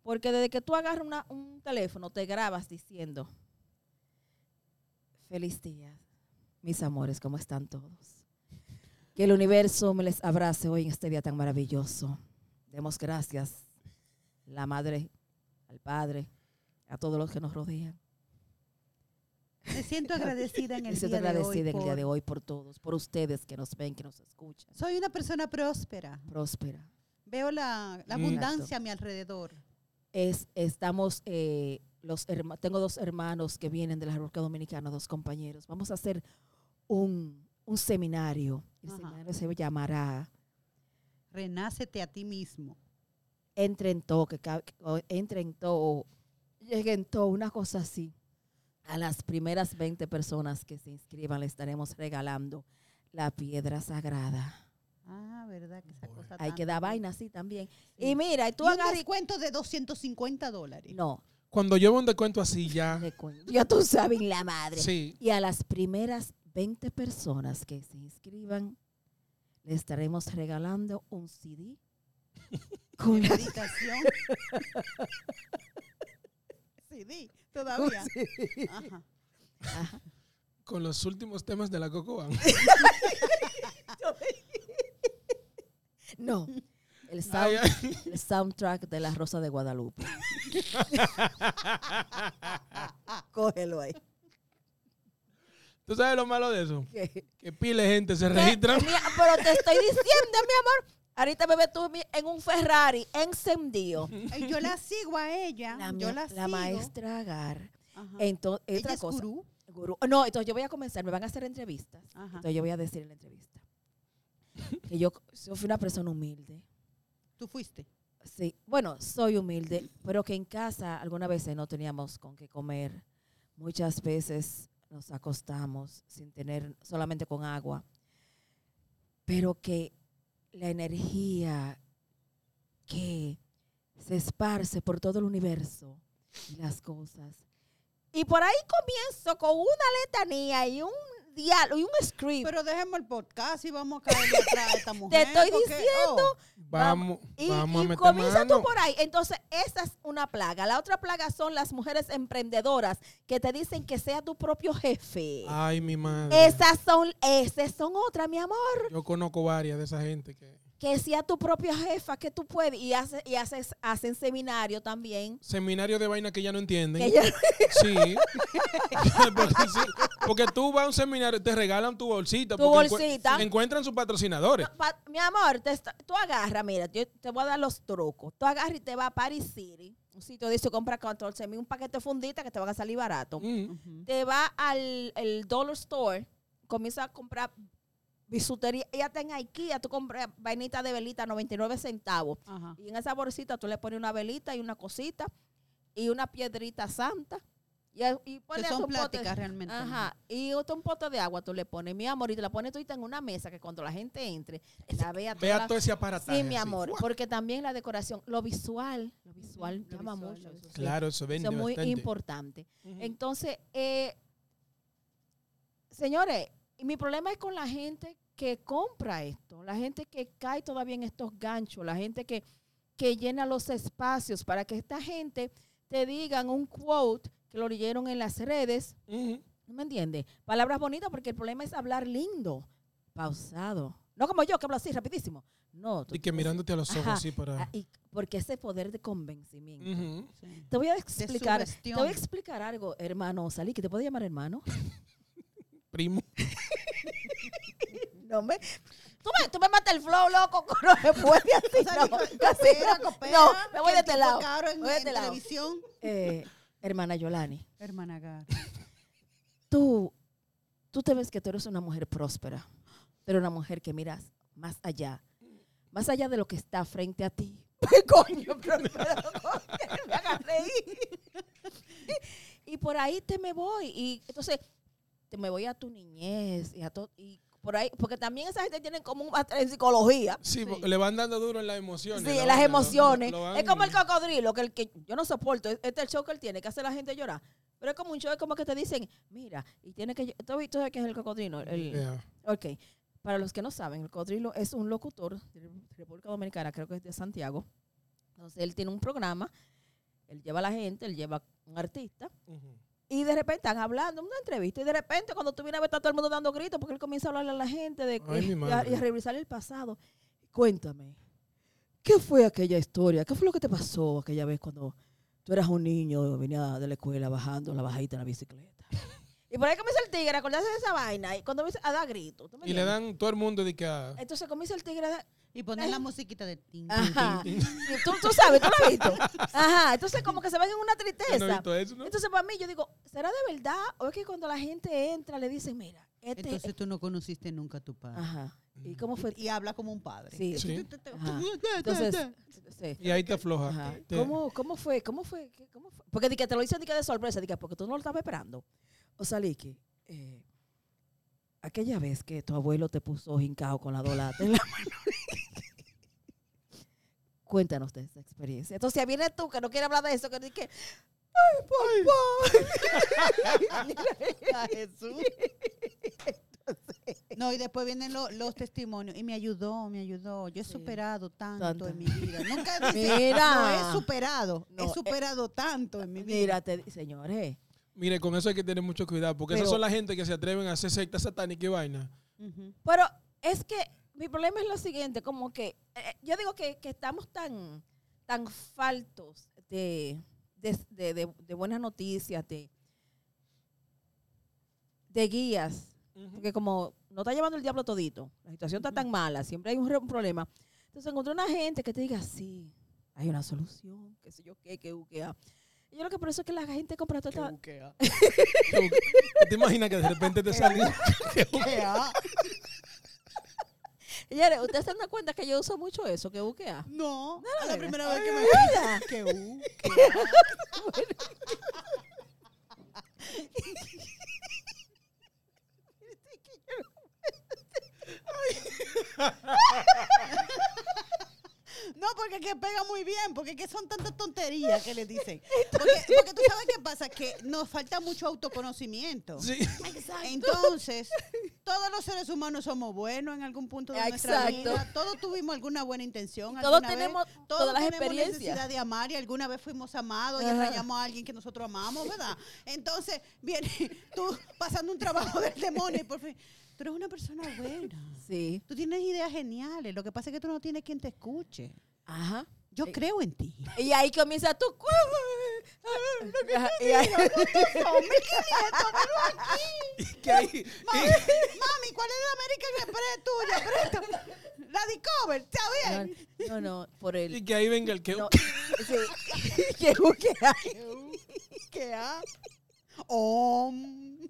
[SPEAKER 1] Porque desde que tú agarras una- un teléfono, te grabas diciendo, feliz día, mis amores, ¿cómo están todos? Que el universo me les abrace hoy en este día tan maravilloso. Demos gracias, la madre, al padre, a todos los que nos rodean.
[SPEAKER 3] Me siento
[SPEAKER 1] [LAUGHS]
[SPEAKER 3] agradecida en el,
[SPEAKER 1] Me siento
[SPEAKER 3] día, de hoy
[SPEAKER 1] agradecida en el día
[SPEAKER 3] por-
[SPEAKER 1] de hoy por todos, por ustedes que nos ven, que nos escuchan.
[SPEAKER 3] Soy una persona próspera.
[SPEAKER 1] Próspera.
[SPEAKER 3] Veo la, la
[SPEAKER 2] Mm.
[SPEAKER 3] abundancia a mi alrededor.
[SPEAKER 1] Es, estamos, eh, los herma- tengo dos hermanos que vienen de la República Dominicana, dos compañeros. Vamos a hacer un, un seminario. El
[SPEAKER 3] Ajá.
[SPEAKER 1] seminario se llamará
[SPEAKER 3] Renácete a ti mismo.
[SPEAKER 1] Entre en todo, que ca- o entre en todo, llegue en todo, una cosa así. A las primeras 20 personas que se inscriban le estaremos regalando la piedra sagrada.
[SPEAKER 3] Ah, ¿verdad? Que esa
[SPEAKER 2] Bueno.
[SPEAKER 3] cosa
[SPEAKER 1] Hay que
[SPEAKER 3] tan-
[SPEAKER 1] dar vaina así también.
[SPEAKER 3] Sí.
[SPEAKER 1] Y mira, y
[SPEAKER 3] Y
[SPEAKER 1] tú
[SPEAKER 3] un
[SPEAKER 1] agarras.
[SPEAKER 3] descuento de 250 dólares.
[SPEAKER 1] No,
[SPEAKER 2] Cuando llevo un descuento así ya,
[SPEAKER 1] le cuento. ya tú sabes la madre.
[SPEAKER 2] Ah. sí,
[SPEAKER 1] Y a las primeras 20 personas que se inscriban, le estaremos regalando un
[SPEAKER 2] [LAUGHS]
[SPEAKER 1] CD
[SPEAKER 3] De
[SPEAKER 1] con la- [LAUGHS]
[SPEAKER 3] [LAUGHS] meditación. sí, di,
[SPEAKER 1] [LAUGHS]
[SPEAKER 3] todavía. Ajá.
[SPEAKER 1] Ajá.
[SPEAKER 2] con los últimos temas de la Coco
[SPEAKER 1] [LAUGHS]
[SPEAKER 2] Band.
[SPEAKER 1] No, el,
[SPEAKER 2] [LAUGHS] Ay,
[SPEAKER 1] sound-
[SPEAKER 2] ay.
[SPEAKER 1] el soundtrack de La Rosa de
[SPEAKER 2] [LAUGHS]
[SPEAKER 1] Guadalupe. Cógelo ahí.
[SPEAKER 2] ¿Tú sabes lo malo de eso? Que pile gente
[SPEAKER 1] [LAUGHS]
[SPEAKER 2] se registran.
[SPEAKER 1] Mira, pero te estoy diciendo, mi amor. Ahorita me ves tú mi- en un Ferrari encendido.
[SPEAKER 3] Ay, Yo la sigo a ella.
[SPEAKER 1] La,
[SPEAKER 3] yo
[SPEAKER 1] mia-
[SPEAKER 3] la,
[SPEAKER 1] la
[SPEAKER 3] sigo.
[SPEAKER 1] maestra Agar.
[SPEAKER 3] Ajá.
[SPEAKER 1] Entonces,
[SPEAKER 3] Ella
[SPEAKER 1] otra
[SPEAKER 3] es
[SPEAKER 1] cosa.
[SPEAKER 3] gurú.
[SPEAKER 1] Gurú. No, entonces yo voy a comenzar. Me van a hacer entrevistas.
[SPEAKER 3] Ajá.
[SPEAKER 1] Entonces yo voy a decir en la entrevista que yo, yo fui una persona humilde.
[SPEAKER 3] Tú fuiste.
[SPEAKER 1] Sí, bueno, soy humilde, pero que en casa algunas veces no teníamos con qué comer. Muchas veces nos acostamos sin tener, solamente con agua. Pero que la energía que se esparce por todo el universo y las cosas. Y por ahí comienzo con una letanía y un diálogo y un script.
[SPEAKER 3] Pero dejemos el podcast y vamos
[SPEAKER 1] [LAUGHS]
[SPEAKER 3] a caerle atrás a esta mujer.
[SPEAKER 1] estoy
[SPEAKER 3] porque- oh,
[SPEAKER 2] [LAUGHS] Vamos,
[SPEAKER 1] Y,
[SPEAKER 2] vamos
[SPEAKER 1] y
[SPEAKER 2] a meter
[SPEAKER 1] comienza tú
[SPEAKER 2] mano.
[SPEAKER 1] por ahí. Entonces, esa es una plaga. La otra plaga son las mujeres emprendedoras que te dicen que sea tu propio jefe.
[SPEAKER 2] Ay, mi madre.
[SPEAKER 1] Esas son, esas son otras, mi amor.
[SPEAKER 2] Yo conozco varias de esa gente que
[SPEAKER 1] Que sea tu propia jefa, que tú puedes. Y, hace- y haces, hacen seminario también.
[SPEAKER 2] seminario de vaina que ya no entienden.
[SPEAKER 1] Que ya-
[SPEAKER 2] Sí. [LAUGHS] porque, sí. Porque tú vas a un seminario, te regalan tu bolsita.
[SPEAKER 1] Tu
[SPEAKER 2] porque
[SPEAKER 1] bolsita.
[SPEAKER 2] encuentran sus patrocinadores.
[SPEAKER 1] No, [LAUGHS] pa- mi amor, te está- tú agarras, mira, yo te voy a dar los trucos. Tú agarras y te vas a Paris City, un sitio de eso, compra 14 mil, un paquete de fundita que te van a salir barato.
[SPEAKER 2] Mm.
[SPEAKER 3] ujú.
[SPEAKER 1] te va al el dollar store, comienza a comprar bisutería, ya está en IKEA, tú compras vainita de velita 99 centavos.
[SPEAKER 3] Ajá.
[SPEAKER 1] Y en esa bolsita tú le pones una velita y una cosita y una piedrita santa. Y, y
[SPEAKER 3] Que
[SPEAKER 1] pones un
[SPEAKER 3] son
[SPEAKER 1] pote-
[SPEAKER 3] pláticas realmente.
[SPEAKER 1] Ajá, y otro un pote de agua tú le pones, mi amor, y te la pones tú en una mesa que cuando la gente entre, la vea toda
[SPEAKER 2] Vea
[SPEAKER 1] la-
[SPEAKER 2] todo ese aparataje.
[SPEAKER 1] Sí, mi
[SPEAKER 2] así.
[SPEAKER 1] amor, porque también la decoración, lo visual, lo visual
[SPEAKER 3] Ujú, lo
[SPEAKER 1] llama
[SPEAKER 3] visual,
[SPEAKER 1] mucho.
[SPEAKER 3] lo visual.
[SPEAKER 1] sí.
[SPEAKER 2] Claro, eso
[SPEAKER 1] Eso
[SPEAKER 2] vende
[SPEAKER 1] es muy
[SPEAKER 2] bastante.
[SPEAKER 1] importante.
[SPEAKER 2] Ujú.
[SPEAKER 1] [LAUGHS] Entonces, eh, señores, mi problema es con la gente que compra esto, la gente que cae todavía en estos ganchos, la gente que, que llena los espacios para que esta gente te digan un quote que lo leyeron en las redes,
[SPEAKER 2] Ujú.
[SPEAKER 1] ¿no me entiendes? Palabras bonitas porque el problema es hablar lindo, pausado. No como yo que hablo así rapidísimo. No, tú
[SPEAKER 2] Y que
[SPEAKER 1] tienes-
[SPEAKER 2] mirándote a los ojos
[SPEAKER 1] Ajá.
[SPEAKER 2] así para...
[SPEAKER 1] Ah, y porque ese poder de convencimiento.
[SPEAKER 2] Ujú.
[SPEAKER 1] [LAUGHS]
[SPEAKER 3] Sí.
[SPEAKER 1] Te voy a explicar, te
[SPEAKER 3] sugestión.
[SPEAKER 1] voy a explicar algo, hermano Salí, que te puedo llamar
[SPEAKER 3] [LAUGHS]
[SPEAKER 1] hermano.
[SPEAKER 2] Primo.
[SPEAKER 1] No me. Tú me, tú me matas el flow, loco. [LAUGHS] No me puede así.
[SPEAKER 3] [LAUGHS] O sea,
[SPEAKER 1] No,
[SPEAKER 3] dijo,
[SPEAKER 1] casi
[SPEAKER 3] coopera,
[SPEAKER 1] no.
[SPEAKER 3] coopera,
[SPEAKER 1] No, me voy de
[SPEAKER 3] que el
[SPEAKER 1] este
[SPEAKER 3] tipo
[SPEAKER 1] lado.
[SPEAKER 3] caro en,
[SPEAKER 1] voy de
[SPEAKER 3] en
[SPEAKER 1] este lado.
[SPEAKER 3] televisión.
[SPEAKER 1] Eh, hermana Yolani,
[SPEAKER 3] Hermana Gar.
[SPEAKER 1] tú, tú te ves que tú eres una mujer próspera, pero una mujer que miras más allá. Más allá de lo que está frente a ti. [LAUGHS] Coño, pero- pero- me hagas reír. Y por ahí te me voy. Y entonces, te me voy a tu niñez y a todo. Y por ahí, porque también esa gente tiene como un máster en psicología.
[SPEAKER 2] Sí,
[SPEAKER 3] Sí.
[SPEAKER 2] porque le van dando duro en las emociones.
[SPEAKER 1] Sí,
[SPEAKER 2] la
[SPEAKER 1] las
[SPEAKER 2] vaina, lo-
[SPEAKER 1] emociones.
[SPEAKER 2] lo- lo van-
[SPEAKER 1] es como el cocodrilo, que el que yo no soporto. Este es el show que él tiene, que hace la gente llorar. Pero es como un show, es como que te dicen, mira, y tiene que. ¿Tú has visto que es el cocodrilo? El-
[SPEAKER 2] Yeah.
[SPEAKER 1] Ok. Para los que no saben, el cocodrilo es un locutor de República Dominicana, creo que es de Santiago. Entonces él tiene un programa, él lleva a la gente, él lleva un artista.
[SPEAKER 2] Ujú.
[SPEAKER 1] Y de repente están hablando en una entrevista. Y de repente, cuando tú vienes a ver, está todo el mundo dando gritos porque él comienza a hablarle a la gente de,
[SPEAKER 2] Ay, mi
[SPEAKER 1] y a-
[SPEAKER 2] madre.
[SPEAKER 1] y a revisar el pasado. Cuéntame, ¿qué fue aquella historia? ¿Qué fue lo que te pasó aquella vez cuando tú eras un niño, venías de la escuela bajando la bajadita en la bicicleta? [LAUGHS] Y por ahí comienza el tigre, acordarse de esa vaina. Y cuando comienza a dar gritos. ¿tú me
[SPEAKER 2] Y le
[SPEAKER 1] entiendes?
[SPEAKER 2] dan todo el mundo de que ah, a...
[SPEAKER 1] Entonces comienza el tigre a dar.
[SPEAKER 3] Y poner la musiquita de tin, tin,
[SPEAKER 1] Ajá.
[SPEAKER 3] tin.
[SPEAKER 1] ¿Tú, tú sabes, tú lo has
[SPEAKER 2] [LAUGHS]
[SPEAKER 1] visto. Ajá. Entonces, como que se ven en una
[SPEAKER 2] Yo no he
[SPEAKER 1] tristeza.
[SPEAKER 2] visto eso, ¿no?
[SPEAKER 1] Entonces, para mí, yo digo, ¿será de verdad? O es que cuando la gente entra, le dicen, mira, este.
[SPEAKER 3] Entonces tú no conociste nunca a tu padre.
[SPEAKER 1] Ajá.
[SPEAKER 2] Mm.
[SPEAKER 1] ¿Y cómo [LAUGHS] fue?
[SPEAKER 3] Y habla como un padre.
[SPEAKER 1] Sí.
[SPEAKER 2] Sí.
[SPEAKER 3] [LAUGHS]
[SPEAKER 1] Ajá. Entonces, sí.
[SPEAKER 2] Y ahí te afloja.
[SPEAKER 1] Ajá.
[SPEAKER 2] Te-
[SPEAKER 1] ¿Cómo, ¿Cómo fue? ¿Cómo fue? ¿Qué- ¿Cómo fue? Porque di que te lo dicen di que de sorpresa, di que porque tú no lo estabas esperando. O sea, Liki, eh, aquella vez que tu abuelo te puso hincado con la dolata en la mano. Cuéntanos de esa experiencia. Entonces, viene tú que no quiere hablar de eso, que di que, ¡ay, papá!
[SPEAKER 3] [LAUGHS] A Jesús. No, y después vienen lo- los testimonios. Y me ayudó, me ayudó. Yo he
[SPEAKER 1] Sí.
[SPEAKER 3] superado tanto,
[SPEAKER 1] Tanto.
[SPEAKER 3] en mi vida.
[SPEAKER 1] [LAUGHS]
[SPEAKER 3] Nunca dije,
[SPEAKER 1] Mira.
[SPEAKER 3] no he superado.
[SPEAKER 1] No,
[SPEAKER 3] he
[SPEAKER 1] eh,
[SPEAKER 3] superado tanto en mi vida.
[SPEAKER 1] Mira, te di- señores.
[SPEAKER 2] Mire, con eso hay que tener mucho cuidado, porque esas
[SPEAKER 1] Pero-
[SPEAKER 2] son la gente que se atreven a hacer secta satánica y vaina.
[SPEAKER 3] Ujú.
[SPEAKER 1] Pero es que mi problema es lo siguiente, como que eh, yo digo que, que estamos tan, tan faltos de, de, de- de- de buenas noticias, de, de guías,
[SPEAKER 2] [LAUGHS]
[SPEAKER 1] porque como no está llevando el diablo todito, la situación está tan mala, siempre hay un, re- un problema. Entonces encontré una gente que te diga, sí, hay una solución, qué sé yo qué, que buquea. Yo creo que por eso es que la gente compra toda esta...
[SPEAKER 2] ¿Te imaginas que de repente te salió?
[SPEAKER 1] Señores, ¿ustedes se dan cuenta que yo uso mucho eso, que buquea?
[SPEAKER 3] No, es
[SPEAKER 1] era.
[SPEAKER 3] la primera vez que me [LAUGHS]
[SPEAKER 1] Mira.
[SPEAKER 3] que u. [LAUGHS] No, porque es que pega muy bien, porque es que son tantas tonterías que les dicen. Porque, porque tú sabes qué pasa, que nos falta mucho autoconocimiento.
[SPEAKER 2] Sí.
[SPEAKER 3] Entonces, todos los seres humanos somos buenos en algún punto de nuestra
[SPEAKER 1] Exacto.
[SPEAKER 3] vida. Todos tuvimos alguna buena intención.
[SPEAKER 1] Todos
[SPEAKER 3] alguna vez.
[SPEAKER 1] tenemos
[SPEAKER 3] Todos
[SPEAKER 1] todas las
[SPEAKER 3] tenemos
[SPEAKER 1] experiencias.
[SPEAKER 3] necesidad de amar y alguna vez fuimos amados y
[SPEAKER 1] Ajá.
[SPEAKER 3] engañamos a alguien que nosotros amamos, ¿verdad? Entonces, viene [LAUGHS] tú pasando un trabajo del demonio y por fin, tú eres una persona buena.
[SPEAKER 1] Sí.
[SPEAKER 3] Tú tienes ideas geniales. Lo que pasa es que tú no tienes quien te escuche.
[SPEAKER 1] Ajá.
[SPEAKER 3] Yo
[SPEAKER 1] Eh.
[SPEAKER 3] creo
[SPEAKER 1] [LAUGHS]
[SPEAKER 3] en ti.
[SPEAKER 1] Y ahí comienza tu cu- Ajá, y [LAUGHS] ahí-
[SPEAKER 2] Que ahí-
[SPEAKER 3] Mami, mami, ¿cuál es la American Express tuya? Préstame. La Discover, ¿está bien?
[SPEAKER 1] No, no, por
[SPEAKER 2] y,
[SPEAKER 1] el.
[SPEAKER 2] que ahí venga el que.
[SPEAKER 1] No, sí. [LAUGHS] Que busque ahí.
[SPEAKER 3] ¿Qué ha? Om.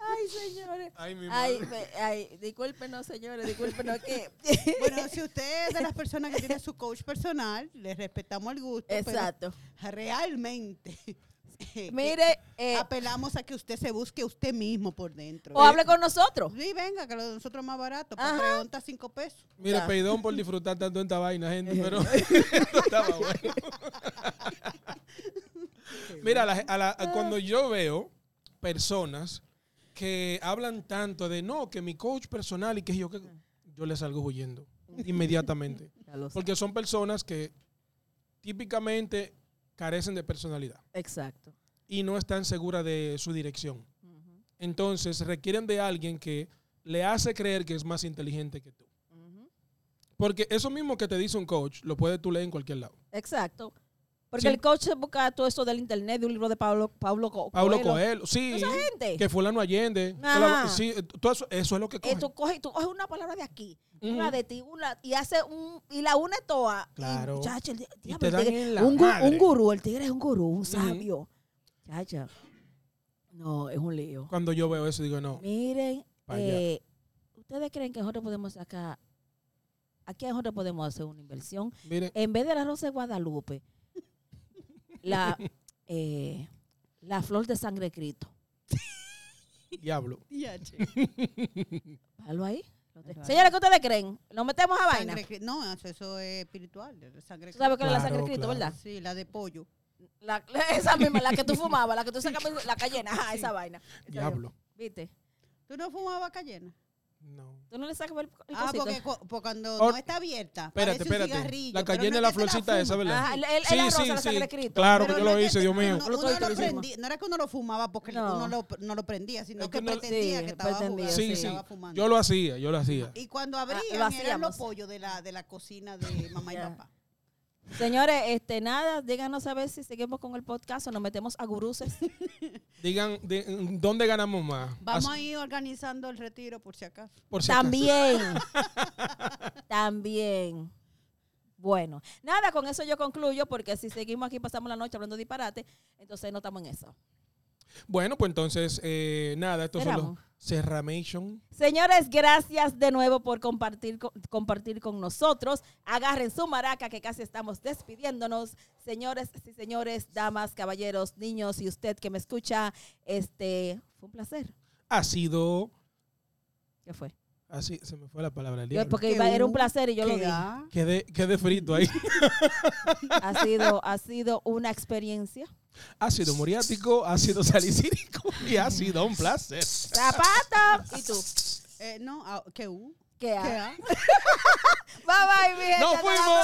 [SPEAKER 1] Ay, señores.
[SPEAKER 2] [LAUGHS] Ay, Ah, mi
[SPEAKER 1] Ay,
[SPEAKER 2] madre.
[SPEAKER 1] me- ay, discúlpenos, señores, discúlpenos [LAUGHS] que.
[SPEAKER 3] Bueno, si usted es de las personas que tiene su coach personal, le respetamos el gusto,
[SPEAKER 1] Exacto.
[SPEAKER 3] pero realmente eh,
[SPEAKER 1] [LAUGHS] Mire, eh,
[SPEAKER 3] apelamos a que usted se busque usted mismo por dentro.
[SPEAKER 1] o hable con nosotros.
[SPEAKER 3] Sí, venga, que lo de nosotros es más barato,
[SPEAKER 1] Ajá.
[SPEAKER 3] por pregunta cinco pesos.
[SPEAKER 2] Mira,
[SPEAKER 1] Ya. Eh.
[SPEAKER 2] perdón por disfrutar tanto esta vaina, gente,
[SPEAKER 1] [LAUGHS]
[SPEAKER 2] pero no estaba bueno. Mira, a la- a la-
[SPEAKER 1] Ah.
[SPEAKER 2] a cuando yo veo personas que hablan tanto de no, que mi coach personal y que yo, que
[SPEAKER 1] Ah.
[SPEAKER 2] yo les salgo
[SPEAKER 1] [LAUGHS]
[SPEAKER 2] huyendo inmediatamente.
[SPEAKER 1] Ya lo sé.
[SPEAKER 2] Porque son personas que típicamente carecen de personalidad
[SPEAKER 1] Exacto.
[SPEAKER 2] y no están seguras de su dirección.
[SPEAKER 1] Ujú,
[SPEAKER 2] Entonces requieren de alguien que le hace creer que es más inteligente que tú.
[SPEAKER 1] ujú.
[SPEAKER 2] Porque eso mismo que te dice un coach, lo puedes tú leer en cualquier lado.
[SPEAKER 1] Exacto. Porque
[SPEAKER 2] Sí.
[SPEAKER 1] el coach se busca todo eso del internet, de un libro de Pablo, Pablo Co- Coelho.
[SPEAKER 2] Pablo Coelho, sí,
[SPEAKER 1] Esa gente.
[SPEAKER 2] que fulano Allende,
[SPEAKER 1] Ajá.
[SPEAKER 2] toda la- sí, eh, todo eso, eso es lo que
[SPEAKER 1] Eh,
[SPEAKER 2] coge.
[SPEAKER 1] tú, coges, tú coges una palabra de aquí,
[SPEAKER 2] Ujú.
[SPEAKER 1] una de ti, una, y hace un, y la une toda. Y,
[SPEAKER 2] Claro.
[SPEAKER 1] muchacho, el di-
[SPEAKER 2] Y
[SPEAKER 1] diablo,
[SPEAKER 2] te
[SPEAKER 1] el
[SPEAKER 2] dan
[SPEAKER 1] tigre-
[SPEAKER 2] en la
[SPEAKER 1] un, gu-
[SPEAKER 2] madre.
[SPEAKER 1] un gurú, el tigre es un gurú, un sabio. Chacha. No, es un lío.
[SPEAKER 2] Cuando yo veo eso digo,
[SPEAKER 1] [LAUGHS]
[SPEAKER 2] no,
[SPEAKER 1] Miren,
[SPEAKER 2] Pa' allá.
[SPEAKER 1] eh, ¿ustedes creen que nosotros podemos sacar, aquí nosotros podemos hacer una inversión?
[SPEAKER 2] miren,
[SPEAKER 1] En vez de la rosa de
[SPEAKER 2] [LAUGHS]
[SPEAKER 1] Guadalupe, la, eh, la flor de sangre de Cristo.
[SPEAKER 2] diablo.
[SPEAKER 1] Palo ahí.
[SPEAKER 3] Ajá.
[SPEAKER 1] Señores, ¿qué ustedes creen? ¿Nos metemos a vaina?
[SPEAKER 3] Sangre cri- no, eso, eso es espiritual. de Sangre
[SPEAKER 1] ¿Tú sabes cuál es la
[SPEAKER 2] Claro,
[SPEAKER 1] sangre de Cristo,
[SPEAKER 2] claro.
[SPEAKER 1] verdad?
[SPEAKER 3] cri- Sí, la de pollo.
[SPEAKER 1] La- [LAUGHS] esa misma, la que
[SPEAKER 2] [LAUGHS]
[SPEAKER 1] tú fumabas, la que tú sacabas, la cayena, ajá, esa vaina. Esa
[SPEAKER 2] Diablo.
[SPEAKER 1] misma. ¿Viste?
[SPEAKER 3] ¿Tú no fumabas cayena?
[SPEAKER 2] No.
[SPEAKER 1] Tú no le sacas el, el
[SPEAKER 3] Ah,
[SPEAKER 1] cosito.
[SPEAKER 3] porque, cu- porque cuando
[SPEAKER 2] Or-
[SPEAKER 3] no está abierta,
[SPEAKER 2] Espérate,
[SPEAKER 3] parece un
[SPEAKER 2] espérate.
[SPEAKER 3] cigarrillo,
[SPEAKER 2] La
[SPEAKER 3] pero
[SPEAKER 2] cayenne
[SPEAKER 3] no
[SPEAKER 2] es la
[SPEAKER 3] que te
[SPEAKER 2] florcita esa,
[SPEAKER 3] fuma.
[SPEAKER 2] ¿verdad?
[SPEAKER 1] Ajá, el- el- la rosa, la sangre de Cristo.
[SPEAKER 2] Claro
[SPEAKER 3] Pero
[SPEAKER 2] que yo
[SPEAKER 3] no
[SPEAKER 2] lo
[SPEAKER 3] es que
[SPEAKER 2] hice,
[SPEAKER 3] te-
[SPEAKER 2] Dios mío.
[SPEAKER 3] No,
[SPEAKER 1] Lo
[SPEAKER 3] uno
[SPEAKER 1] estoy
[SPEAKER 3] lo
[SPEAKER 1] utilizando.
[SPEAKER 3] prendí- no era que uno lo fumaba porque
[SPEAKER 1] No.
[SPEAKER 3] uno lo, no lo prendía, sino
[SPEAKER 2] Es
[SPEAKER 3] que,
[SPEAKER 2] que uno-
[SPEAKER 3] pretendía
[SPEAKER 1] Sí,
[SPEAKER 3] que estaba jugando,
[SPEAKER 1] pretendía,
[SPEAKER 2] Sí,
[SPEAKER 1] Sí,
[SPEAKER 3] que
[SPEAKER 2] sí.
[SPEAKER 3] estaba fumando.
[SPEAKER 2] Yo lo hacía, yo lo hacía.
[SPEAKER 3] Y cuando
[SPEAKER 1] Ah, lo
[SPEAKER 3] abrían eran
[SPEAKER 1] hacíamos.
[SPEAKER 3] los pollos de la, de la cocina de mamá
[SPEAKER 1] [LAUGHS]
[SPEAKER 3] y
[SPEAKER 1] Ya.
[SPEAKER 3] papá.
[SPEAKER 1] Señores, este, nada, díganos a ver si seguimos con el podcast o nos metemos a
[SPEAKER 2] [LAUGHS]
[SPEAKER 1] guruses.
[SPEAKER 2] Digan, de- ¿dónde ganamos más?
[SPEAKER 3] Vamos
[SPEAKER 2] As-
[SPEAKER 3] a ir organizando el retiro por si acaso.
[SPEAKER 2] por si acaso.
[SPEAKER 1] También. [LAUGHS] También. Bueno, nada, con eso yo concluyo, porque si seguimos aquí pasamos la noche hablando disparate, entonces no estamos en eso.
[SPEAKER 2] Bueno, pues entonces, eh, nada, estos son
[SPEAKER 1] Cerramos.
[SPEAKER 2] los Cerramation.
[SPEAKER 1] Señores, gracias de nuevo por compartir con, compartir con nosotros. Agarren su maraca que casi estamos despidiéndonos. Señores y señores, damas, caballeros, niños y usted que me escucha, este, fue un placer.
[SPEAKER 2] Ha sido.
[SPEAKER 1] ¿Qué fue?
[SPEAKER 2] Así se me fue la palabra. el
[SPEAKER 1] Yo-
[SPEAKER 2] diablo.
[SPEAKER 1] porque
[SPEAKER 3] Que
[SPEAKER 1] iba- era un
[SPEAKER 3] hubo,
[SPEAKER 1] placer y yo lo
[SPEAKER 3] Que
[SPEAKER 1] dije.
[SPEAKER 3] ah,
[SPEAKER 2] Quedé, quedé frito
[SPEAKER 3] [LAUGHS]
[SPEAKER 2] ahí.
[SPEAKER 1] Ha sido, ha sido una
[SPEAKER 2] [LAUGHS]
[SPEAKER 1] experiencia.
[SPEAKER 2] Ácido muriático, ácido salicílico y ha sido un placer.
[SPEAKER 1] ¡Zapato! ¿Y tú?
[SPEAKER 3] eh, no, ah, que u.
[SPEAKER 1] ¿Qué
[SPEAKER 3] que
[SPEAKER 1] haces?
[SPEAKER 3] ah.
[SPEAKER 1] Bye bye, mi gente.
[SPEAKER 2] ¡Nos
[SPEAKER 1] Hasta la
[SPEAKER 2] fuimos!